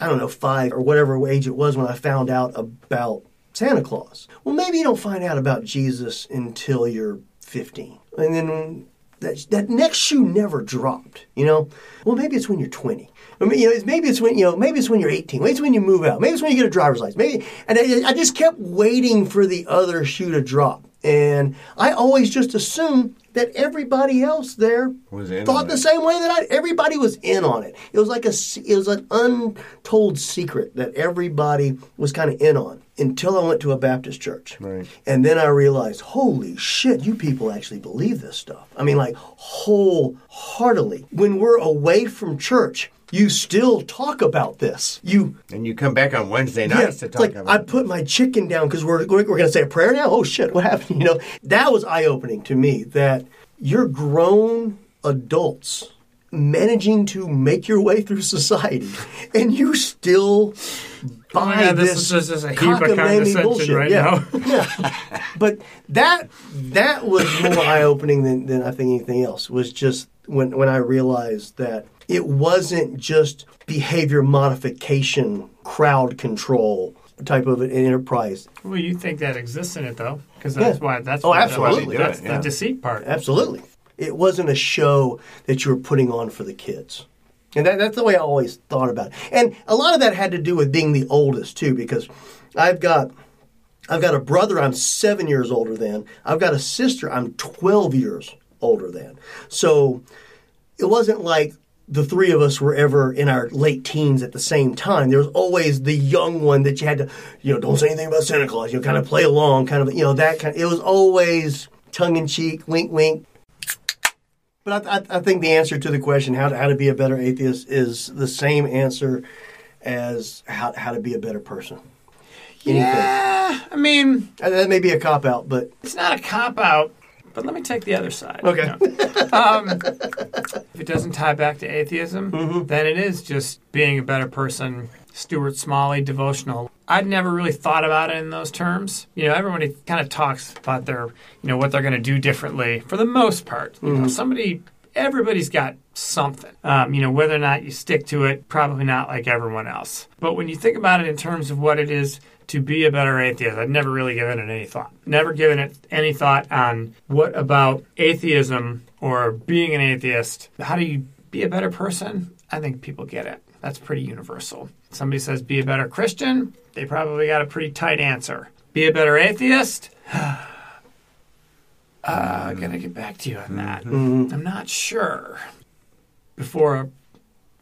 I don't know, five or whatever age it was when I found out about Santa Claus. Well, maybe you don't find out about Jesus until you're 15. And then that, that next shoe never dropped, you know? Well, maybe it's when you're 20. I mean, you know, it's- maybe it's when you know, maybe it's when you're 18. Maybe it's when you move out. Maybe it's when you get a driver's license. Maybe, and I, I just kept waiting for the other shoe to drop, and I always just assumed that everybody else there Was in on thought the it. same way that I. Everybody was in on it. It was like a. se- It was an untold secret that everybody was kind of in on until I went to a Baptist church, Right. and then I realized, holy shit, you people actually believe this stuff. I mean, like wholeheartedly. When we're away from church. You still talk about this. You And you come back on Wednesday nights to it's talk like, about I it. put my chicken down because we're we're going to say a prayer now. Oh shit, what happened? [laughs] You know, that was eye opening to me that you're grown adults managing to make your way through [laughs] society, and you still buy Oh, yeah, this this, is just- this is a heap of cockamamie condescension bullshit. right yeah. [laughs] yeah. But that that was more eye opening than, than I think anything else was just when when I realized that it wasn't just behavior modification, crowd control type of an enterprise. Well, you think that exists in it though, because that's Yeah. why that's Oh, why- absolutely. that's, They do it, yeah. the deceit part. Absolutely. It wasn't a show that you were putting on for the kids. And that, that's the way I always thought about it. And a lot of that had to do with being the oldest too, because I've got I've got a brother I'm seven years older than. I've got a sister I'm twelve years older than. So it wasn't like the three of us were ever in our late teens at the same time. There was always the young one that you had to, you know, don't say anything about Santa Claus. You know, kind of play along, kind of, you know, that kind. It was always tongue in cheek, wink, wink. But I, I, I think the answer to the question how to, how to be a better atheist is the same answer as how how to be a better person. Anything. Yeah, I mean, And that may be a cop out, but it's not a cop out, but let me take the other side. Okay. No. um, if it doesn't tie back to atheism, then it is just being a better person. Stuart Smalley devotional. I'd never really thought about it in those terms. You know, everybody kind of talks about their, you know, what they're going to do differently for the most part. You know, somebody, everybody's got something. Um, you know, whether or not you stick to it, probably not like everyone else. But when you think about it in terms of what it is to be a better atheist. I've never really given it any thought. Never given it any thought on what about atheism or being an atheist. How do you be a better person? I think people get it. That's pretty universal. Somebody says be a better Christian, they probably got a pretty tight answer. Be a better atheist? uh, I gotta get back to you on that. Mm-hmm. I'm not sure. Before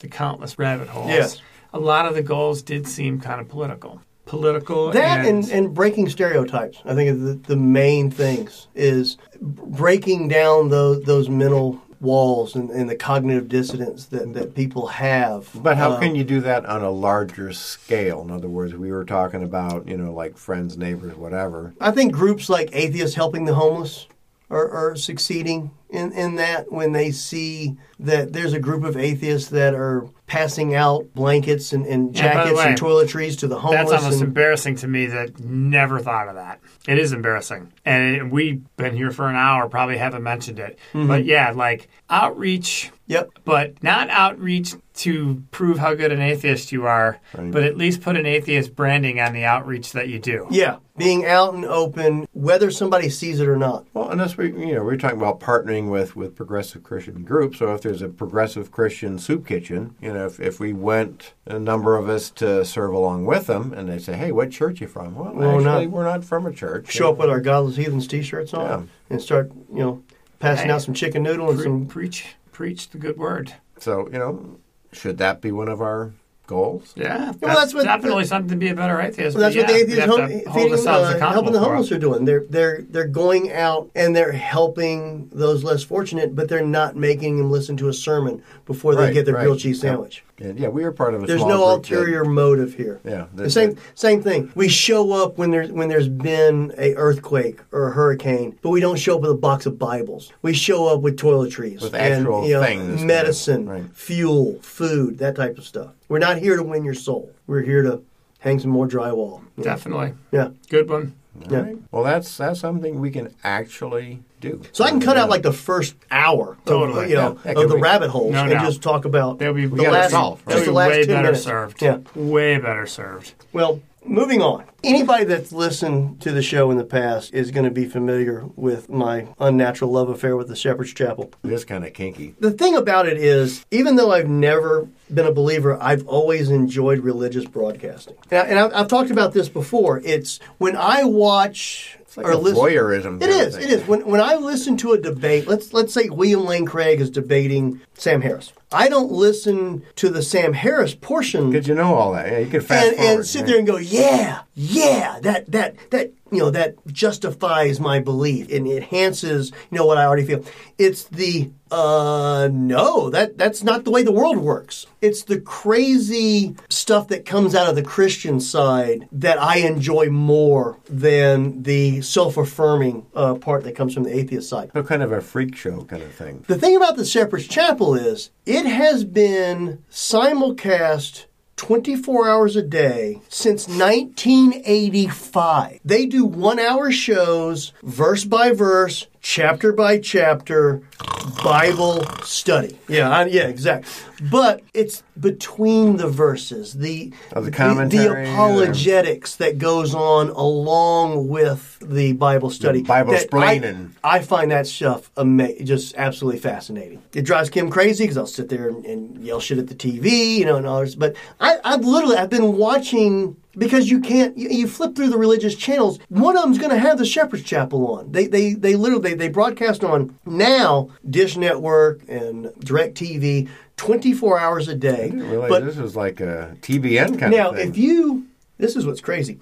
the countless rabbit holes, Yes. a lot of the goals did seem kind of political. Political that and, and, and breaking stereotypes i think are the, the main things is b- breaking down those those mental walls and, and the cognitive dissonance that, that people have But how Um, can you do that on a larger scale? In other words, we were talking about, you know, like friends, neighbors, whatever. I think groups like Atheists Helping the Homeless are, are succeeding in, in that when they see that there's a group of atheists that are passing out blankets and, and Yeah, by the jackets and way, toiletries to the homeless. that's almost and- embarrassing to me that never thought of that. It is embarrassing. And it- we've been here for an hour, probably haven't mentioned it. Mm-hmm. But yeah, like outreach, yep. but not outreach to prove how good an atheist you are, but at least put an atheist branding on the outreach that you do. Yeah. Being out and open, whether somebody sees it or not. Well, unless we, you know, we're talking about partnering with, with progressive Christian groups. So if there's a progressive Christian soup kitchen, you know, if, if we went a number of us to serve along with them and they say, hey, what church you from? Well, Well, actually, not- we're not from a church. show up with our Godless Heathens t-shirts on Yeah. and start, you know, passing Hey. out some chicken noodle and Pre- some. preach, preach the good word. So, you know, should that be one of our goals? Yeah, that's, that's what- definitely something to be a better atheist. Well, that's but what the yeah, we atheists have to home, hold feeding, ourselves uh, accountable helping the for it. homeless are doing. They're they're they're going out and they're helping those less fortunate, but they're not making them listen to a sermon before they Right, get their right. grilled cheese sandwich. And yeah, we are part of a There's small no group that- ulterior motive here. Yeah, the that- same same thing. We show up when there's when there's been a earthquake or a hurricane, but we don't show up with a box of Bibles. We show up with toiletries, With and, actual you know, things, medicine, right. fuel, food, that type of stuff. We're not here to win your soul. We're here to hang some more drywall. Definitely. Yeah. Good one. Yeah. Right. Well, that's that's something we can actually do. So I can cut out Yeah. like the first hour, of, Totally. you know, Yeah, that of could the be- rabbit holes, No and doubt. just talk about They'll be the we gotta last, solve, right? They'll just the be last way ten better minutes. served. Yeah. Way better served. Well, moving on. Anybody that's listened to the show in the past is going to be familiar with my unnatural love affair with the Shepherd's Chapel. It is kind of kinky. The thing about it is, even though I've never been a believer, I've always enjoyed religious broadcasting. And, I, and I've, I've talked about this before. It's when I watch like or a listen- voyeurism It kind of is. thing. It is. When when I listen to a debate, let's let's say William Lane Craig is debating Sam Harris. I don't listen to the Sam Harris portion Because you know all that. Yeah, you could fast and, forward. and sit yeah. there and go, yeah, yeah, that that that you know that justifies my belief and enhances you know what I already feel. It's the uh no that that's not the way the world works. It's the crazy stuff that comes out of the Christian side that I enjoy more than the self-affirming uh, part that comes from the atheist side. So kind of a freak show kind of thing. The thing about the Shepherd's Chapel is it has been simulcast 24 hours a day since 1985. They do one hour shows, verse by verse, chapter by chapter, Bible study. Yeah, I, yeah, exact. But it's between the verses, the Of the the, commentary, apologetics that goes on along with the Bible study. Bible that I- splaining. I find that stuff ama- just absolutely fascinating. It drives Kim crazy because I'll sit there and, and yell shit at the TV, you know, and all this. But I, I've literally I've been watching because you can't. You, you flip through the religious channels. One of them's going to have the Shepherd's Chapel on. They they they literally they, they broadcast on now Dish Network and Direct TV. 24 hours a day. I didn't realize But this was like a TBN kind now, of thing. if you, this is what's crazy.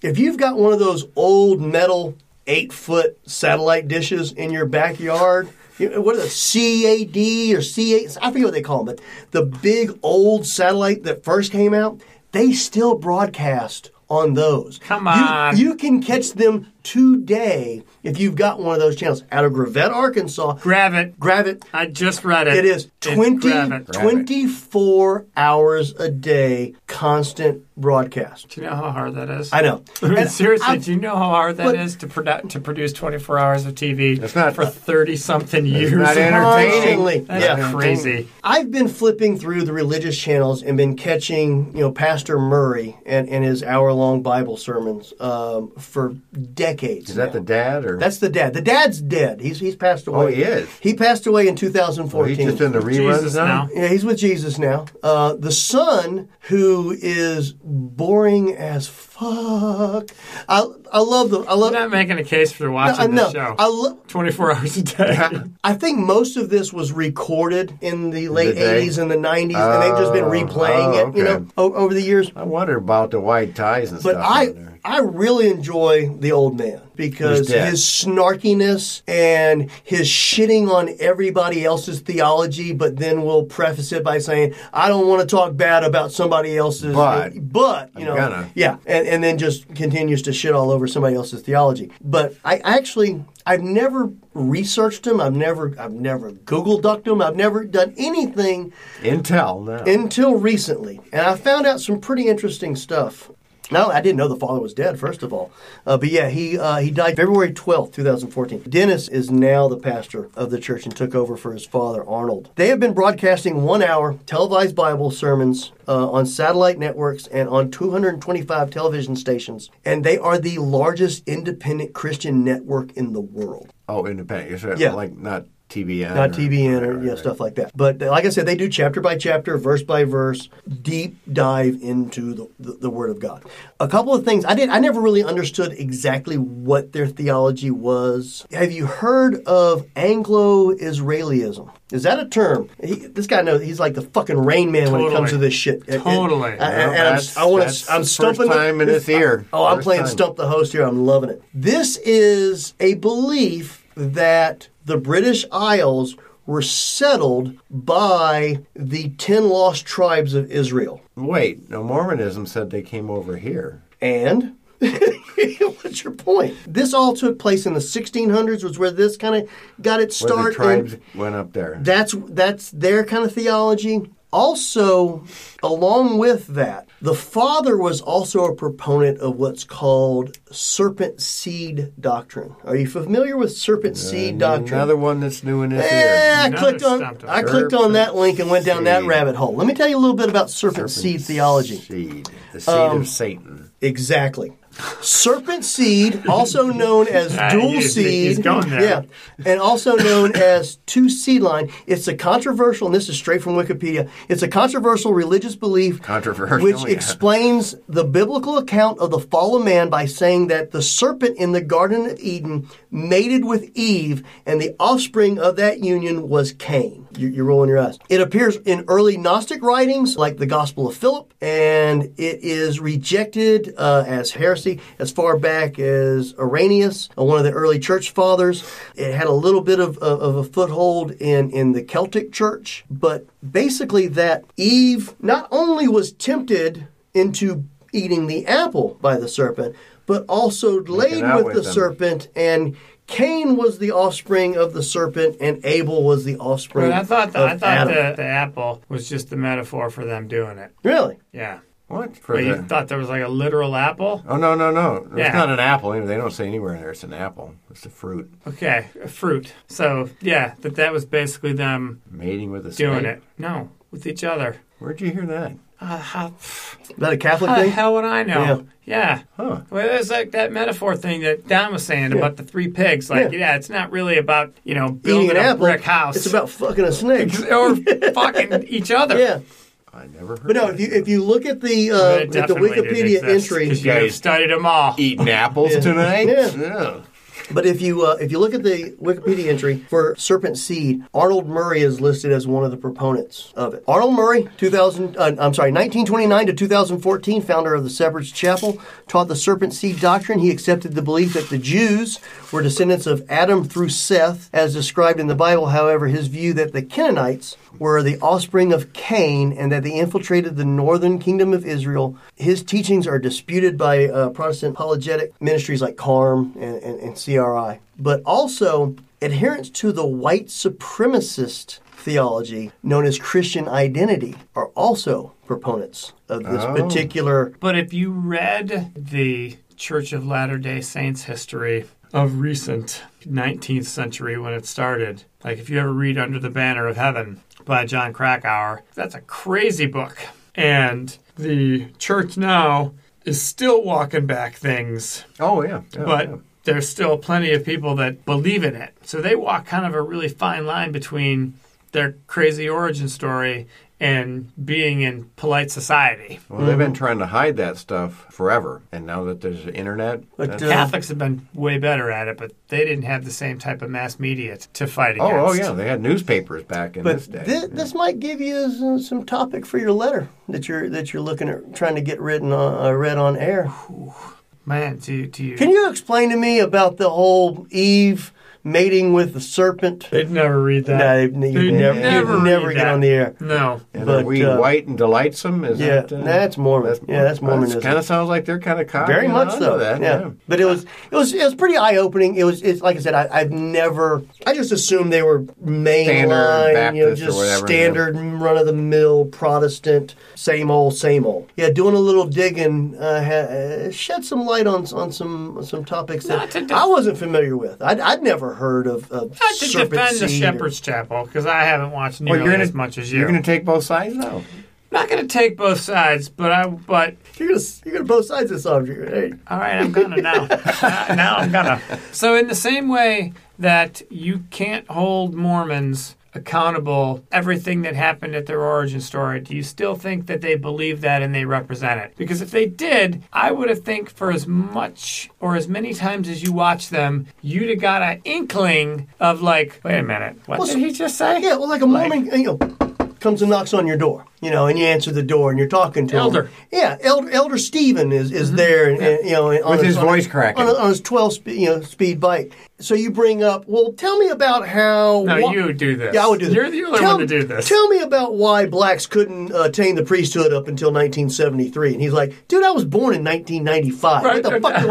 If you've got one of those old metal eight foot satellite dishes in your backyard, you- what are the CAD or C8? I forget what they call them, but the big old satellite that first came out, they still broadcast on those. Come You- on. You, can catch them today if you've got one of those channels out of Gravette, Arkansas. Grab it. Grab it. I just read it. It is It's 20, grab it. 24 hours a day, constant broadcast. Do you know how hard that [laughs] is? I know. I mean, And seriously, I've- do you know how hard that but- is to produ- to produce 24 hours of TV It's not- for 30 something years? [laughs] not entertaining. That's Yeah. crazy. I've been flipping through the religious channels and been catching, you know, Pastor Murray and, and his hour long Bible sermons um, for decades. Is that the dad or That's the dad. The dad's dead. He's he's passed away. Oh, he is? He passed away in Well, oh, he's 2014. just in the reruns Jesus now? now. Yeah, he's with Jesus now. Uh, the son, who is boring as fuck. I I love the I love. I'm not making a case for I watching know. this show. I lo- 24 [laughs] hours a day. I think most of this was recorded in the late day? 80s and the 90s, and they've just been Oh, replaying oh, it, you okay. know, o- over the years. I wonder about the white ties and But stuff. I, on there. I really enjoy the old man because Who's dead. his snarkiness and his shitting on everybody else's theology, but then we'll preface it by saying, "I don't want to talk bad about somebody else's," But- but, you know, gonna. yeah, and, and then just continues to shit all over somebody else's theology. But I actually, I've never researched him. I've never, I've never Google ducked him. I've never done anything Intel now. until recently, and I found out some pretty interesting stuff. No, I didn't know the father was dead. First of all, uh, but yeah, he uh, he died February twelfth, two thousand fourteen. Dennis is now the pastor of the church and took over for his father Arnold. They have been broadcasting one-hour televised Bible sermons uh, on satellite networks and on two hundred and twenty-five television stations, and they are the largest independent Christian network in the world. oh, independent. You're saying, Yeah. Like not TBN. Not or- TVN or right, yeah, right. stuff like that. But uh, like I said, they do chapter by chapter, verse by verse, deep dive into the, the, the Word of God. A couple of things I did I never really understood exactly what their theology was. Have you heard of Anglo-Israelism? Is that a term? He, this guy knows he's like the fucking rain man when it Totally. comes to this shit. And- and- Totally. I- I- and Well, I'm, that's- I want that's to. I'm the stumping first the- time in this ear. Oh, I'm First playing time. stump up the host here. I'm loving it. This is a belief that the British Isles were settled by the 10 lost tribes of Israel. Wait, no, Mormonism said they came over here. And [laughs] what's your point? This all took place in the 1600s, was where this kind of got its Where start. the and- tribes went up there. that's that's their kind of theology. Also, along with that, the father was also a proponent of what's called serpent seed doctrine. Are you familiar with serpent seed doctrine? Another one that's new in this Eh, I Another clicked on stumped him. I clicked on that link and went down that seed. rabbit hole. Let me tell you a little bit about serpent, ear. seed theology. Seed. The seed of Satan. Exactly. serpent seed, also known as [laughs] Ah, dual he's- seed. he's going there. Yeah, and also known as two seed line. It's a controversial, and this is straight from Wikipedia. It's a controversial religious belief, Controversial, which yeah. explains the biblical account of the fall of man by saying that the serpent in the Garden of Eden mated with Eve, and the offspring of that union was Cain. You- You're rolling your eyes. It appears in early Gnostic writings like the Gospel of Philip, and it is rejected uh, as heresy as far back as Arrhenius, uh, one of the early church fathers. It had a little bit of, of, of a foothold in, in the Celtic church, but basically, that Eve not only was tempted into eating the apple by the serpent, but also laid out with, with the him. serpent, and Cain was the offspring of the serpent, and Abel was the offspring But I thought the, of I thought Adam. the, the apple was just the metaphor for them doing it. Really? Yeah. What? For But you the- thought there was like a literal apple? Oh no no no! It's Yeah. not an apple. They don't say anywhere in there it's an apple. It's a fruit Okay, a fruit. So yeah, that that was basically them mating with a snake. doing it. No, with each other. Where'd you hear that? Uh, how, pff, Is that a Catholic how the thing? hell would I know? Yeah. Huh? Well, there's like that metaphor thing that Don was saying about the three pigs. Like, yeah, Yeah. it's not really about you know Eating building an a apple. brick house. It's about fucking a snake. [laughs] or [laughs] fucking each other. yeah. I never heard. But no, that. if you if you look at the But uh, it at the definitely didn't Wikipedia exist, entry, 'cause you Yeah. guys studied them all. eating apples Yeah. tonight. Yeah. Ew. But if you uh, if you look at the Wikipedia entry for Serpent Seed, Arnold Murray is listed as one of the proponents of it. Arnold Murray, 2000, uh, I'm sorry, 1929 to 2014, founder of the Separate Chapel, taught the Serpent Seed doctrine. He accepted the belief that the Jews were descendants of Adam through Seth, as described in the Bible. However, his view that the Canaanites were the offspring of Cain and that they infiltrated the northern kingdom of Israel. His teachings are disputed by uh, Protestant apologetic ministries like CARM and, and, and CRI, but also adherence to the white supremacist theology known as Christian identity are also proponents of this particular. But if you read the Church of Latter day Saints history of recent 19th century when it started, like if you ever read Under the Banner of Heaven by John Krakauer, that's a crazy book. And the church now is still walking back things Oh yeah. yeah, but yeah. there's still plenty of people that believe in it. So they walk kind of a really fine line between their crazy origin story and being in polite society. well, they've Mm-hmm. been trying to hide that stuff forever, and now that there's the internet, But, that's- uh, Catholics have been way better at it, but they didn't have the same type of mass media t- to fight against. oh oh yeah, they had newspapers back in But this day. thi- this might give you s- some topic for your letter that you're that you're looking at trying to get written on, uh, read on air. Man, do, do you... Can you explain to me about the whole Eve mating with the serpent? They'd never read that. No, you They'd never, you read never get that. on the air. No. and but, are we uh, white and delightsome? Is Yeah, that, uh, that's Mormon. yeah, that's Mormonism. Kind of sounds like they're kind of copying Very much onto so. That. yeah. but it was it was it was pretty eye opening. It was it's like I said, I, I've never I just assumed they were Standard mainline, you know, Baptist or just whatever, standard run of the mill Protestant, same old, same old. Yeah, doing a little digging uh, ha- uh, shed some light on on some some topics Not that to def- I wasn't familiar with. I'd, I'd never heard of, of Not to serpent defend the seed or- Shepherd's Chapel, because I haven't watched Well, nearly you're gonna, as much as you. You're going to take both sides now. Not going to take both sides, but I... But You're gonna you're gonna both sides of this object. Hey. All right, I'm gonna [laughs] now. now. now I'm gonna. So, in the same way that you can't hold Mormons accountable everything that happened at their origin story, do you still think that they believe that and they represent it? Because if they did, I would have think for as much or as many times as you watch them, you'd have got an inkling of like, wait a minute, what Well, did he just say? Yeah, well, like a Mormon, you know, comes and knocks on your door, you know, and you answer the door and you're talking to him. Elder. Yeah, Elder, Elder Stephen is, is there, and, and, you know, and on Mm-hmm. With his on voice cracking. on, on his twelve spe- you know speed bike. So you bring up, well, tell me about how. No, wha- you do this. Yeah, I would do this. You're the only tell, one to do this. Tell me about why blacks couldn't uh, attain the priesthood up until 1973. And he's like, dude, I was born in 1995. Right, what the no fuck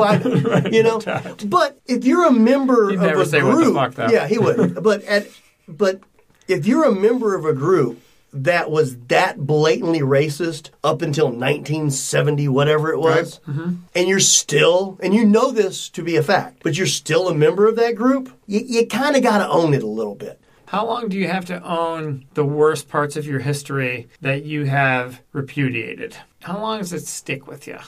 [laughs] do I know? you know? But if you're a member He'd of never a say what the group. fuck, though. Yeah, [laughs] he would. but at but if you're a member of a group that was that blatantly racist up until 1970 whatever it was Mm-hmm. and you're still and you know this to be a fact but you're still a member of that group you, you kind of got to own it a little bit How long do you have to own the worst parts of your history that you have repudiated? How long does it stick with you?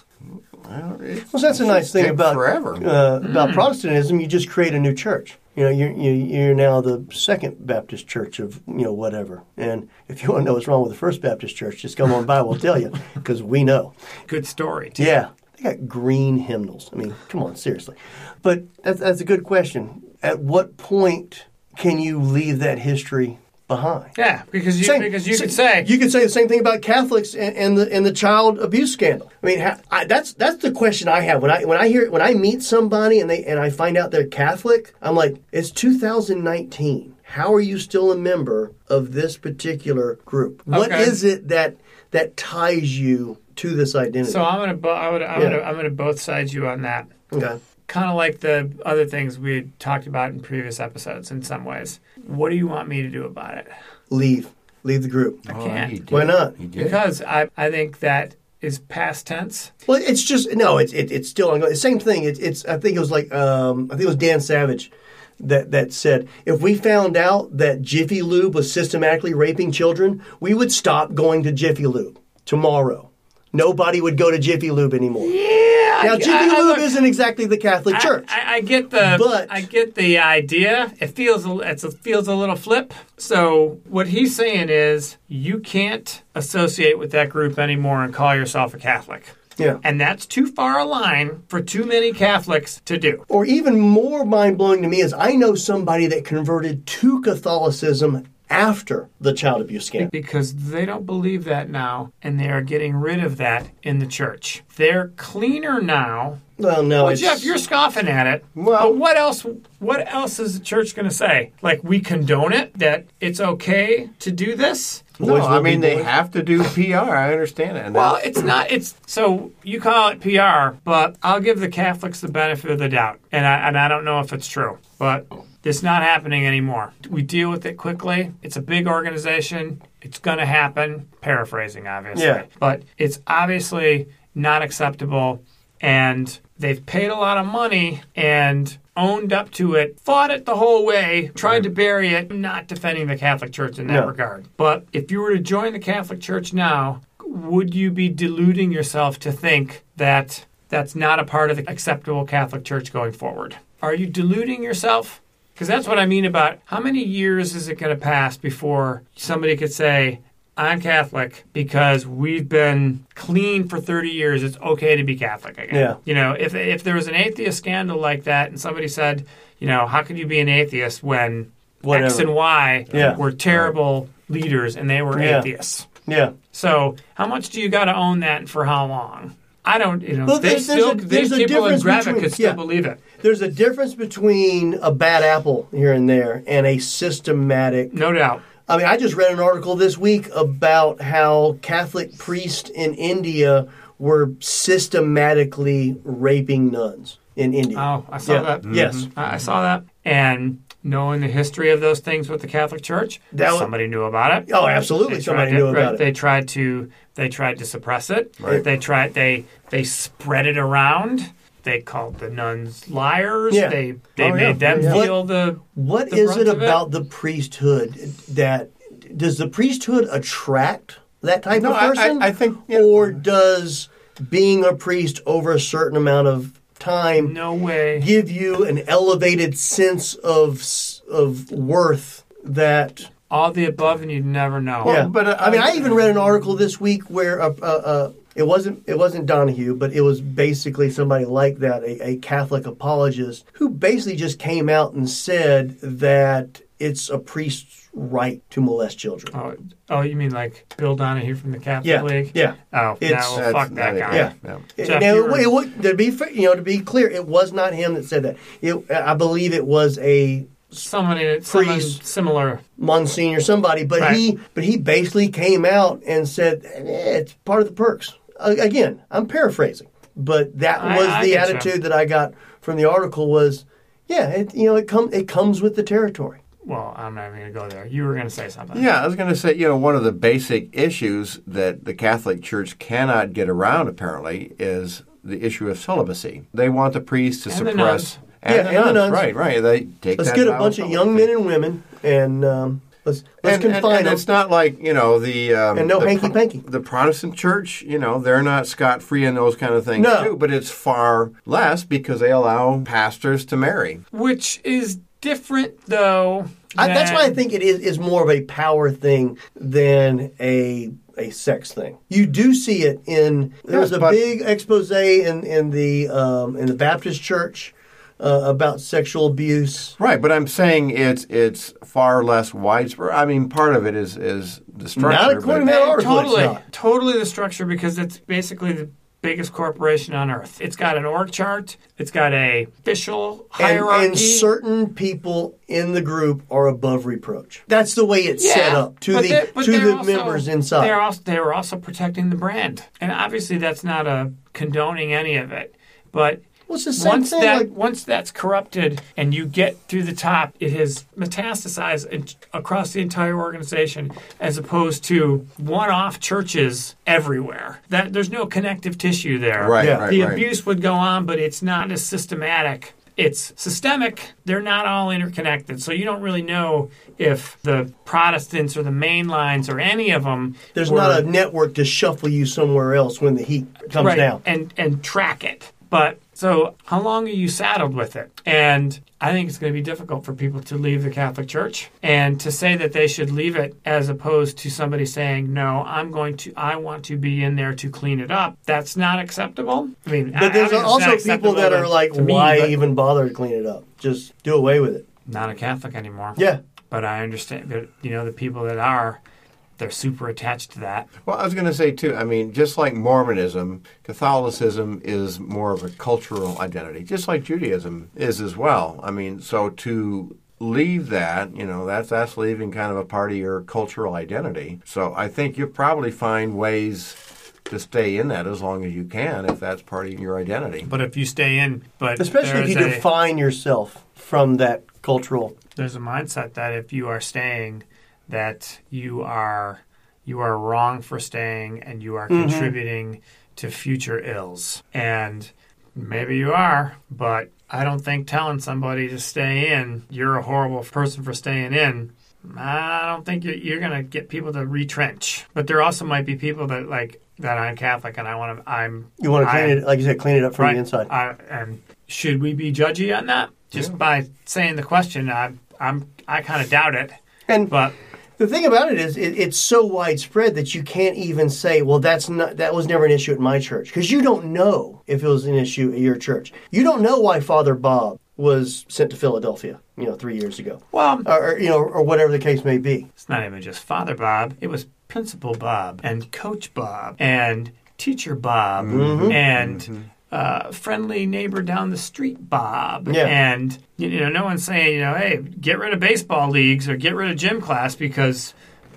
Well, it's Well, that's a nice thing take about forever. uh, about Protestantism. You just create a new church. You know, you're, you you're now the Second Baptist Church of you know whatever. And if you want to know what's wrong with the First Baptist Church, just come on by. We'll tell you because we know. Good story. Too. Yeah, they got green hymnals. I mean, come on, seriously. But that's, that's a good question. At what point can you leave that history behind? Yeah, because you Same- because you sa- could say you could say the same thing about Catholics and, and the and the child abuse scandal. I mean, ha- I, that's that's the question I have when I when I hear when I meet somebody and they and I find out they're Catholic. I'm like, it's 2019. How are you still a member of this particular group? What Okay. is it that that ties you to this identity? so. I'm gonna bo- I would, I'm Yeah. gonna I'm gonna both sides you on that. okay. Kind of like the other things we had talked about in previous episodes. In some ways, what do you want me to do about it? leave leave the group I Oh, can't. he did. Why not? He did. Because I, I think that is past tense. well it's just no it's it, it's still ongoing same thing it, it's i think it was like um, i think it was dan savage that that said if we found out that jiffy lube was systematically raping children we would stop going to jiffy lube tomorrow nobody would go to jiffy lube anymore Yeah. now I- jiffy I- I lube look- isn't exactly the catholic I- church I, I get the But- I get the idea. It feels a- it's a, feels a little flip. So what he's saying is you can't associate with that group anymore and call yourself a Catholic. Yeah. And that's too far a line for too many Catholics to do. or even more mind blowing to me is I know somebody that converted to Catholicism after the child abuse scandal. Because they don't believe that now, and they are getting rid of that in the church. They're cleaner now Well, no, Well, it's, Jeff, you're scoffing at it. Well- but what else? What else is the church going to say? Like we condone it? That it's okay to do this? No, Boys I will be mean they boys. have to do PR. I understand that. Well, it's not. It's so you call it PR, but I'll give the Catholics the benefit of the doubt, and I and I don't know if it's true, but it's not happening anymore. We deal with it quickly. It's a big organization. It's going to happen. Paraphrasing, obviously, Yeah. but it's obviously not acceptable, and they've paid a lot of money and. Owned up to it, fought it the whole way, tried to bury it, not defending the Catholic Church in that No. regard. But if you were to join the Catholic Church now, would you be deluding yourself to think that that's not a part of the acceptable Catholic Church going forward? Are you deluding yourself? Because that's what I mean about how many years is it going to pass before somebody could say, I'm Catholic because we've been clean for 30 years. It's okay to be Catholic again. Yeah. You know, if, if there was an atheist scandal like that and somebody said, you know, how could you be an atheist when X Whatever. and Y Yeah. were terrible leaders and they were Yeah. atheists? yeah. So how much do you got to own that, and for how long? I don't. You know, Well, they there's- there's still a- these there's a people in difference Gravit between- could still yeah. believe it. There's a difference between a bad apple here and there and a systematic. No doubt. I mean, I just read an article this week about how Catholic priests in India were systematically raping nuns in India. Oh, I saw Yeah. that. Mm-hmm. Yes. I I saw that. And knowing the history of those things with the Catholic Church, That was- somebody knew about it. Oh, absolutely, They somebody tried knew to- about right, it. They tried to they tried to suppress it. Right. They tried they they spread it around. They called the nuns liars. Yeah. They they Oh, made yeah. them Yeah. feel the What the is brunt it of it? about the priesthood that does the priesthood attract that type No, of I- I- person? I think- or does being a priest over a certain amount of time no way. give you an elevated sense of s- of worth that All the above and you'd never know. yeah. but, uh, I mean, I I- even read an article this week where a, a, a, it wasn't it wasn't Donahue, but it was basically somebody like that, a, a Catholic apologist, who basically just came out and said that it's a priest's right to molest children. Oh, oh, you mean like Bill Donahue from the Catholic yeah, League? yeah. Oh, It's- now That's fuck that not it. guy. Yeah. Jeff, now, you it, were- wa- it, wa- to be fair, you know to be clear, it was not him that said that. It, I believe it was a Someone in it, someone Priest. similar. Monsignor somebody, but Right. he but he basically came out and said eh, it's part of the perks. A- Again, I'm paraphrasing, but that I- was I the get you. attitude that I got from the article was, yeah, it, you know, it come it comes with the territory. Well, I'm not even going to go there. You were going to say something. Yeah, I was going to say, you know, one of the basic issues that the Catholic Church cannot get around, apparently, is the issue of celibacy. They want the priests to And the suppress. nuns. And Yeah, the and the nuns, nuns. right, right. They take Let's that get a vow bunch of young men and women and um, let's let's and, and- confine and them. it's not like you know the um, And no the, hanky panky. The Protestant Church, you know, they're not scot free in those kind of things No. too. But it's far less because they allow pastors to marry. Which is different, though. I, that's than- why I think it is, is more of a power thing than a a sex thing. You do see it in there was Yes, a but- big expose in in the um, in the Baptist church uh, about sexual abuse. Right, but I'm saying it's it's far less widespread. I mean, part of it is is the structure. according but- to that article, it's totally, not. totally the structure because it's basically the biggest corporation on earth. It's got an org chart. It's got a official And, hierarchy. and certain people in the group are above reproach. That's the way it's Yeah, set up to but they're- the but to they're the also- members They're inside. also they were also protecting the brand, and obviously that's not a condoning any of it. But Well, it's the same once thing, that like- once that's corrupted and you get through the top, it has metastasized in- across the entire organization, as opposed to one-off churches everywhere. That there's no connective tissue there. Right, Yeah. right, the right. abuse would go on, but it's not as systematic. It's systemic. They're not all interconnected. So you don't really know if the Protestants or the main lines or any of them. There's were- not a network to shuffle you somewhere else when the heat comes right, down. And, and track it. But so how long are you saddled with it? And I think it's going to be difficult for people to leave the Catholic Church and to say that they should leave it as opposed to somebody saying, no, I'm going to, I want to be in there to clean it up. That's not acceptable. I mean, But there's also people that are like, why even bother to clean it up? Just do away with it. not a Catholic anymore. Yeah. But I understand that, you know, the people that are, they're super attached to that. Well, I was going to say too. I mean, just like Mormonism, Catholicism is more of a cultural identity, just like Judaism is as well. I mean, so to leave that, you know, that's that's leaving kind of a part of your cultural identity. So I think you'll probably find ways to stay in that as long as you can, if that's part of your identity. But if you stay in, but Especially if you there's a- define yourself from that cultural. there's a mindset that if you are staying that you are you are wrong for staying and you are contributing to future ills and maybe you are but i don't think telling somebody to stay in you're a horrible person for staying in i don't think you're, you're going to get people to retrench but there also might be people that like that i'm catholic and i want to i'm You want to I- clean it, like you said, clean it up from Right. the inside. I, and should we be judgy on that? Just by saying the question, I, I'm I kind of doubt it. And But the thing about it is, it, it's so widespread that you can't even say, "Well, that's not that was never an issue at my church," because you don't know if it was an issue at your church. You don't know why Father Bob was sent to Philadelphia, you know, three years ago, well, or, or you know, or whatever the case may be. it's not even just Father Bob. It was Principal Bob and Coach Bob and Teacher Bob and. Uh, friendly neighbor down the street, Bob, Yeah. and you know, no one's saying, you know, hey, get rid of baseball leagues or get rid of gym class because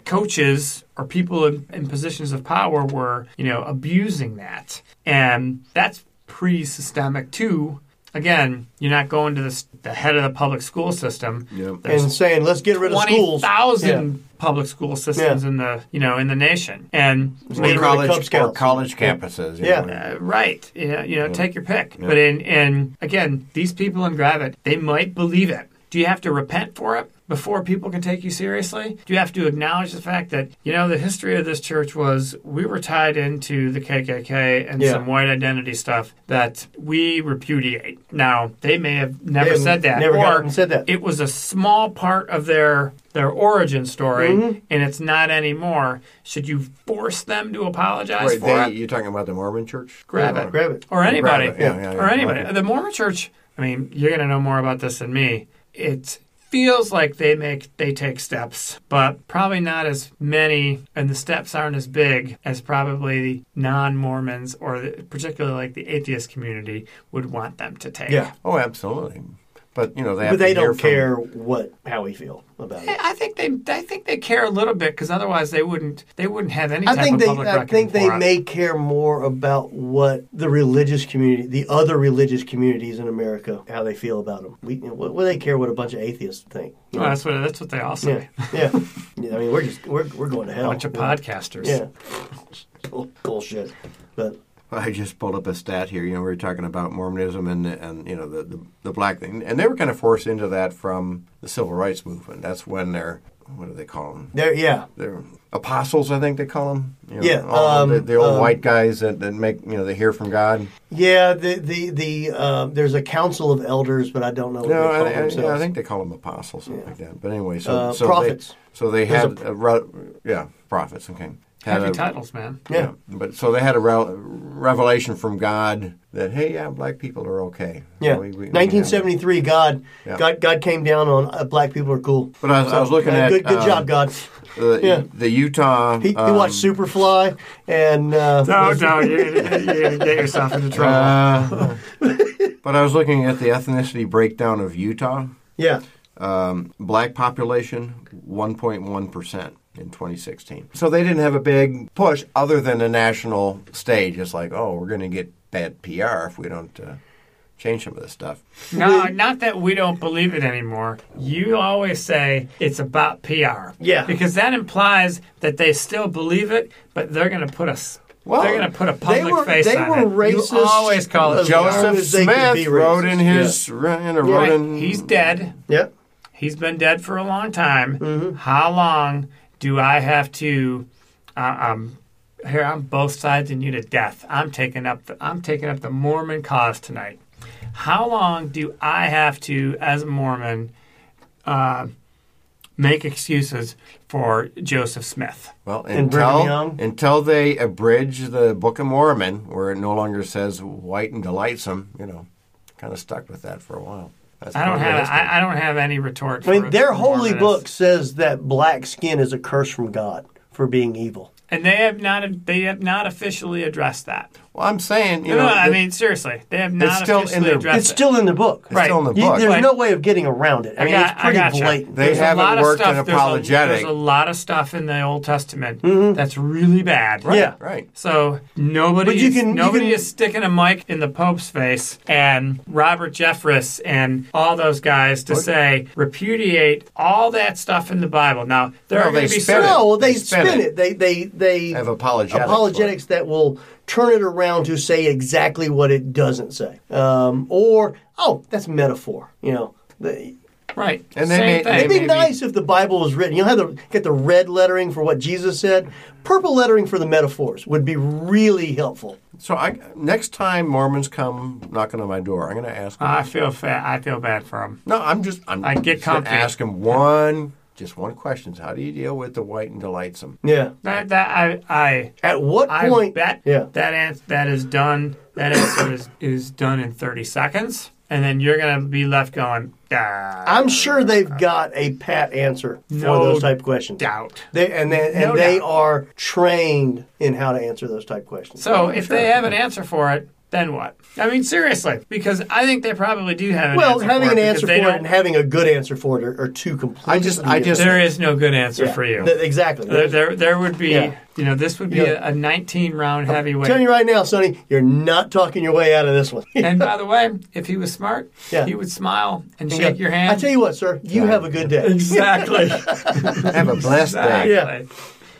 coaches or people in, in positions of power were, you know, abusing that. And that's pretty systemic, too. Again, you're not going to the, s- the head of the public school system. Yep. There's and saying, "Let's get rid of twenty schools." thousand Yeah. public school systems Yeah. in the you know in the nation, and Get rid Or of the Cub college, or Scouts. college campuses. you Yeah. know. uh, right, you know, you know take your pick. But in and again, these people in Gravit, they might believe it. Do you have to repent for it before people can take you seriously? Do you have to acknowledge the fact that you know the history of this church was we were tied into the KKK and Yeah. some white identity stuff that we repudiate. Now they may have never They said that, never or got up and said that. it was a small part of their their origin story, Mm-hmm. and it's not anymore. Should you force them to apologize Right, for they- it? you're talking about the Mormon Church? Oh. grab Yeah. it, Grab it. or anybody, Grab it, yeah, yeah, yeah. or anybody. Okay. The Mormon Church. I mean, you're gonna know more about this than me. It feels like they make they take steps, but probably not as many, and the steps aren't as big as probably the non-Mormons or the, particularly like the atheist community would want them to take. Yeah. Oh, absolutely. But, you know, they have But they to hear don't from- care what how we feel about it. I I think they, I think they care a little bit because otherwise they wouldn't, they wouldn't have any. I Type think of they, public I think reckoning they for it. may care more about what the religious community, the other religious communities in America, how they feel about them. We, what, what they care what a bunch of atheists think. you Well, know? that's what that's what they all say. yeah, yeah, yeah. I mean, we're just we're, we're going to A hell. bunch of podcasters. Yeah, [laughs] bullshit. But I just pulled up a stat here. You know, we were talking about Mormonism and and you know the the, the black thing, and they were kind of forced into that from the civil rights movement. That's when they're what do they call them? There, yeah. They're apostles, I think they call them. You know, Yeah, all the, um, the old um, white guys that, that make you know they hear from God. Yeah, the the the uh, there's a council of elders, but I don't know what No, they call I, I, themselves. yeah, I think they call them apostles, something like that. But anyway, so, Uh, so prophets. They, so they There's had, a, re- yeah, prophets. Okay, had Heavy a- titles, man. Yeah. but so they had a re- revelation from God that hey, yeah, black people are okay. yeah. We- we- 1973, God, Yeah. God, God came down on uh, black people are cool. But I was- I was looking uh, at, good, good um, job, God. The, Yeah. the Utah. He, he um, watched Superfly and uh, [laughs] No, [laughs] no, you're, you're gonna get yourself into trouble. uh, [laughs] but I was looking at the ethnicity breakdown of Utah. yeah, Um, black population, 1.1% in 2016. So they didn't have a big push other than the national stage. It's like, oh, we're going to get bad PR if we don't uh, change some of this stuff. No, not that we don't believe it anymore. You always say it's about PR. Yeah. Because that implies that they still believe it, but they're going to put a s- they're going to put a they public were- face they on were it. racist You always call it as PR. long Joseph as they could be Smith wrote in racist, his in a Right. wrote in, He's dead. yeah. He's been dead for a long time. How long do I have to? Uh, um, here I'm both sides and you to death. I'm taking up. The, I'm taking up the Mormon cause tonight. How long do I have to, as a Mormon, uh, make excuses for Joseph Smith? Well, And until Brigham Young. until they abridge the Book of Mormon, where it no longer says white and delightsome, you know, kind of stuck with that for a while. That's I don't part of have. the history. I, I don't have any retort. I mean, for- their for holy Mormonists. book says that black skin is a curse from God for being evil. and they have not. They have not officially addressed that. well, I'm saying, you no, know, I that- mean, seriously, they have not still in officially their- addressed It's it. still in the book. Right. still in the You- book. there's But- no way of getting around it. I, mean, it's pretty blatant. They- a haven't lot of worked an there's a- apologetic. Mm-hmm. There's a, lot of stuff in the Old Testament that's really bad. Yeah. right? So nobody, But you is, can- you nobody can- is sticking a mic in the Pope's face and Robert Jeffress and all those guys to say repudiate all that stuff in the Bible. Now there No, are going they to be spin certain- it. No, they, They spin, spin it. it. They they they Have apologetics for it. apologetics that will turn it around to say exactly what it doesn't say, um, or oh, that's metaphor. You know, they, right, And they Same may- thing. they it'd be Maybe. nice if the Bible was written. You'll have the get the red lettering for what Jesus said. Purple lettering for the metaphors would be really helpful. So I, next time Mormons come knocking on my door, I'm going to ask. Them, I feel fa- I feel bad for them. no, I'm just. I'm, Uh, I get just gonna comfy. Ask them one, just one question: How do you deal with the white [laughs] and delightsome? Yeah. That, that I I At what I point? bet yeah. that ans- that is done. That answer is, is done in thirty seconds, and then you're gonna be left going. Ah, I'm sure they've got a pat answer for No those type questions. doubt. They, and they, and No they doubt. are trained in how to answer those type questions. So if they have an answer for it, then what? I mean, seriously, because I think they probably do have an well, answer. having for an it because answer for they it don't- and having a good answer for it are, are two completely. I just- I different- just- there is no good answer Yeah. for you. Th- exactly. there, there, there would be, Yeah. you know, this would be Yeah. a, a 19 round heavyweight. [laughs] telling you right now, Sonny, you're not talking your way out of this one. [laughs] and by the way, if he was smart, Yeah. he would smile and shake your hand. I tell you what, sir, you have a good day. [laughs] exactly. Have a blessed day. Exactly.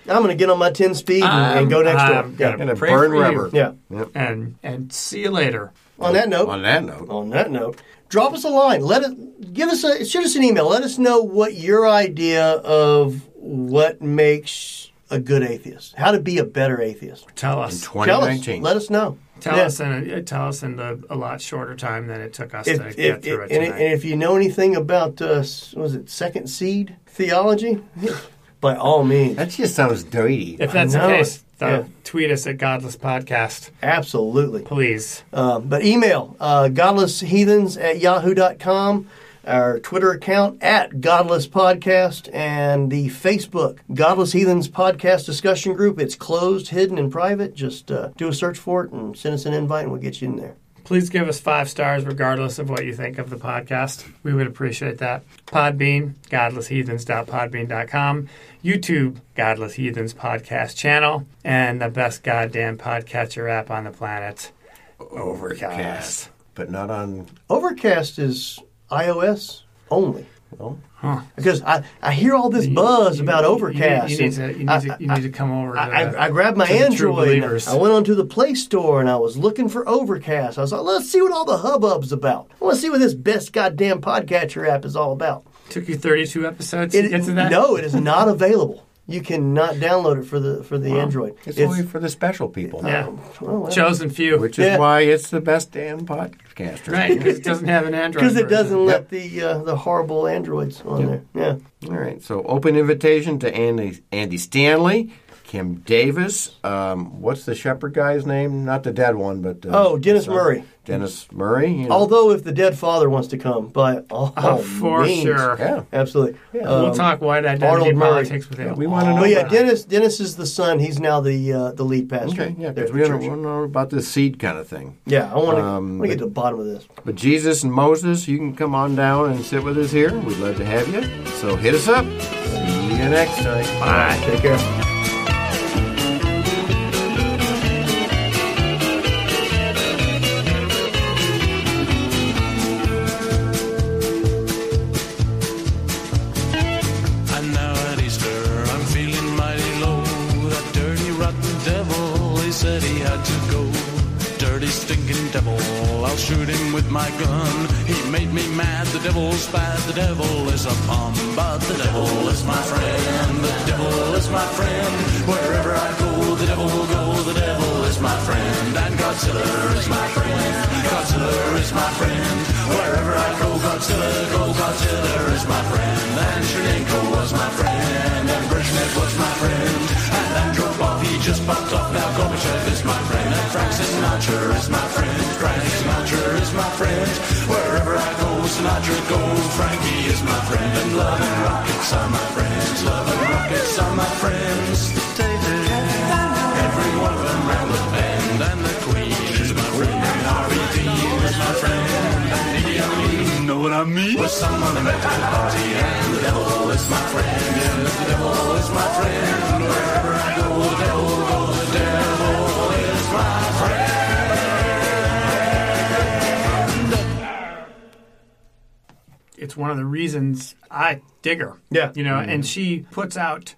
I'm going to get on my 10 speed and, and go next I'm door. And gonna- a Pray burn for you. rubber. Yeah. Yep. and and see you later. On that note, On that note. on that note, drop us a line. Let us give us a shoot us an email. Let us know what your idea of what makes a good atheist, how to be a better atheist. Tell us. Tell us. 2019. Let us know. Tell Yeah. us in a, tell us in a, a lot shorter time than it took us If, to if, get if- through and, it and tonight. if you know anything about uh, s- what was it second seed theology, [laughs] by all means, That just sounds dirty. if that's the know. case, though, Yeah. tweet us at Godless Podcast, absolutely. please. Um, but email uh, godlessheathens at yahoo.com, our Twitter account at Godless Podcast, and the Facebook Godless Heathens Podcast Discussion Group. It's closed, hidden, and private. Just uh, do a search for it and send us an invite, and we'll get you in there. Please give us five stars, regardless of what you think of the podcast. We would appreciate that. Podbean, godlessheathens.podbean.com, YouTube, Godless Heathens Podcast channel, and the best goddamn podcatcher app on the planet. Oh, Overcast. But not on Overcast is iOS only. Well, because I, I hear all this buzz about Overcast. You need, and you need I- to, you need to, you need to come over. To, I, I, I grabbed my to the true Android. believers. I went onto the Play Store and I was looking for Overcast. I was like, let's see what all the hubbub's about. I want to see what this best goddamn podcatcher app is all about. Took you 32 episodes to It, get to that. No, it is not available. You cannot download it for the for the Android. Oh, It's, only for the special people, Yeah. well, well, Chosen few. which is Yeah. why it's the best damn podcast. right, because it doesn't have an [laughs] Android. because it version. doesn't let the uh, the horrible androids on there. Yeah. [laughs] All right. So open invitation to Andy Andy Stanley, Kim Davis. Um, what's the Shepherd guy's name? Not the dead one, but uh, Oh, Dennis Murray. Dennis Murray. You know. Although, if the dead father wants to come, by all Oh, for means, sure. yeah. absolutely. Um, we'll talk white identity Arnold Murray. politics with him. We wanna know Oh yeah, about it. Dennis. Dennis is the son. He's now the uh, the lead pastor. Okay, yeah, there at because the we don't church. we don't know about this seed kind of thing. Yeah, I want to Um, get to the bottom of this. But Jesus and Moses, you can come on down and sit with us here. We'd love to have you. So hit us up. See you next time. Bye. Take care. And now at Easter, I'm feeling mighty low. That dirty, rotten devil, he said he had to go. Dirty, stinking devil, I'll shoot him with my gun. He made me mad, the devil's bad, the devil is a bum. But the devil is my friend, the devil is my friend. Wherever I go, the devil will go, the devil is my friend. And Godzilla is my friend, Godzilla is my friend. Wherever I go, Godzilla, go, Godzilla is my friend. And Shrenko was my friend, and Brezhnev was my friend. And Andropov, he just popped off, now Gorbachev is my friend. And Frank Sinatra is my friend, Frank Sinatra is my friend. Wherever I go, Sinatra goes, Frankie is my friend. And love and rockets are my friends, love and rockets are my friends. David, every one of them round the bend. And the Queen is my friend, and Harvey Dean is my friend. And Idi Amin, know what I mean? Was someone I met at a party, and the devil is my friend, and the devil is my friend. Wherever I go, the devil goes, the devil is my friend. It's one of the reasons I dig her. Yeah. Mm. You know, and she puts out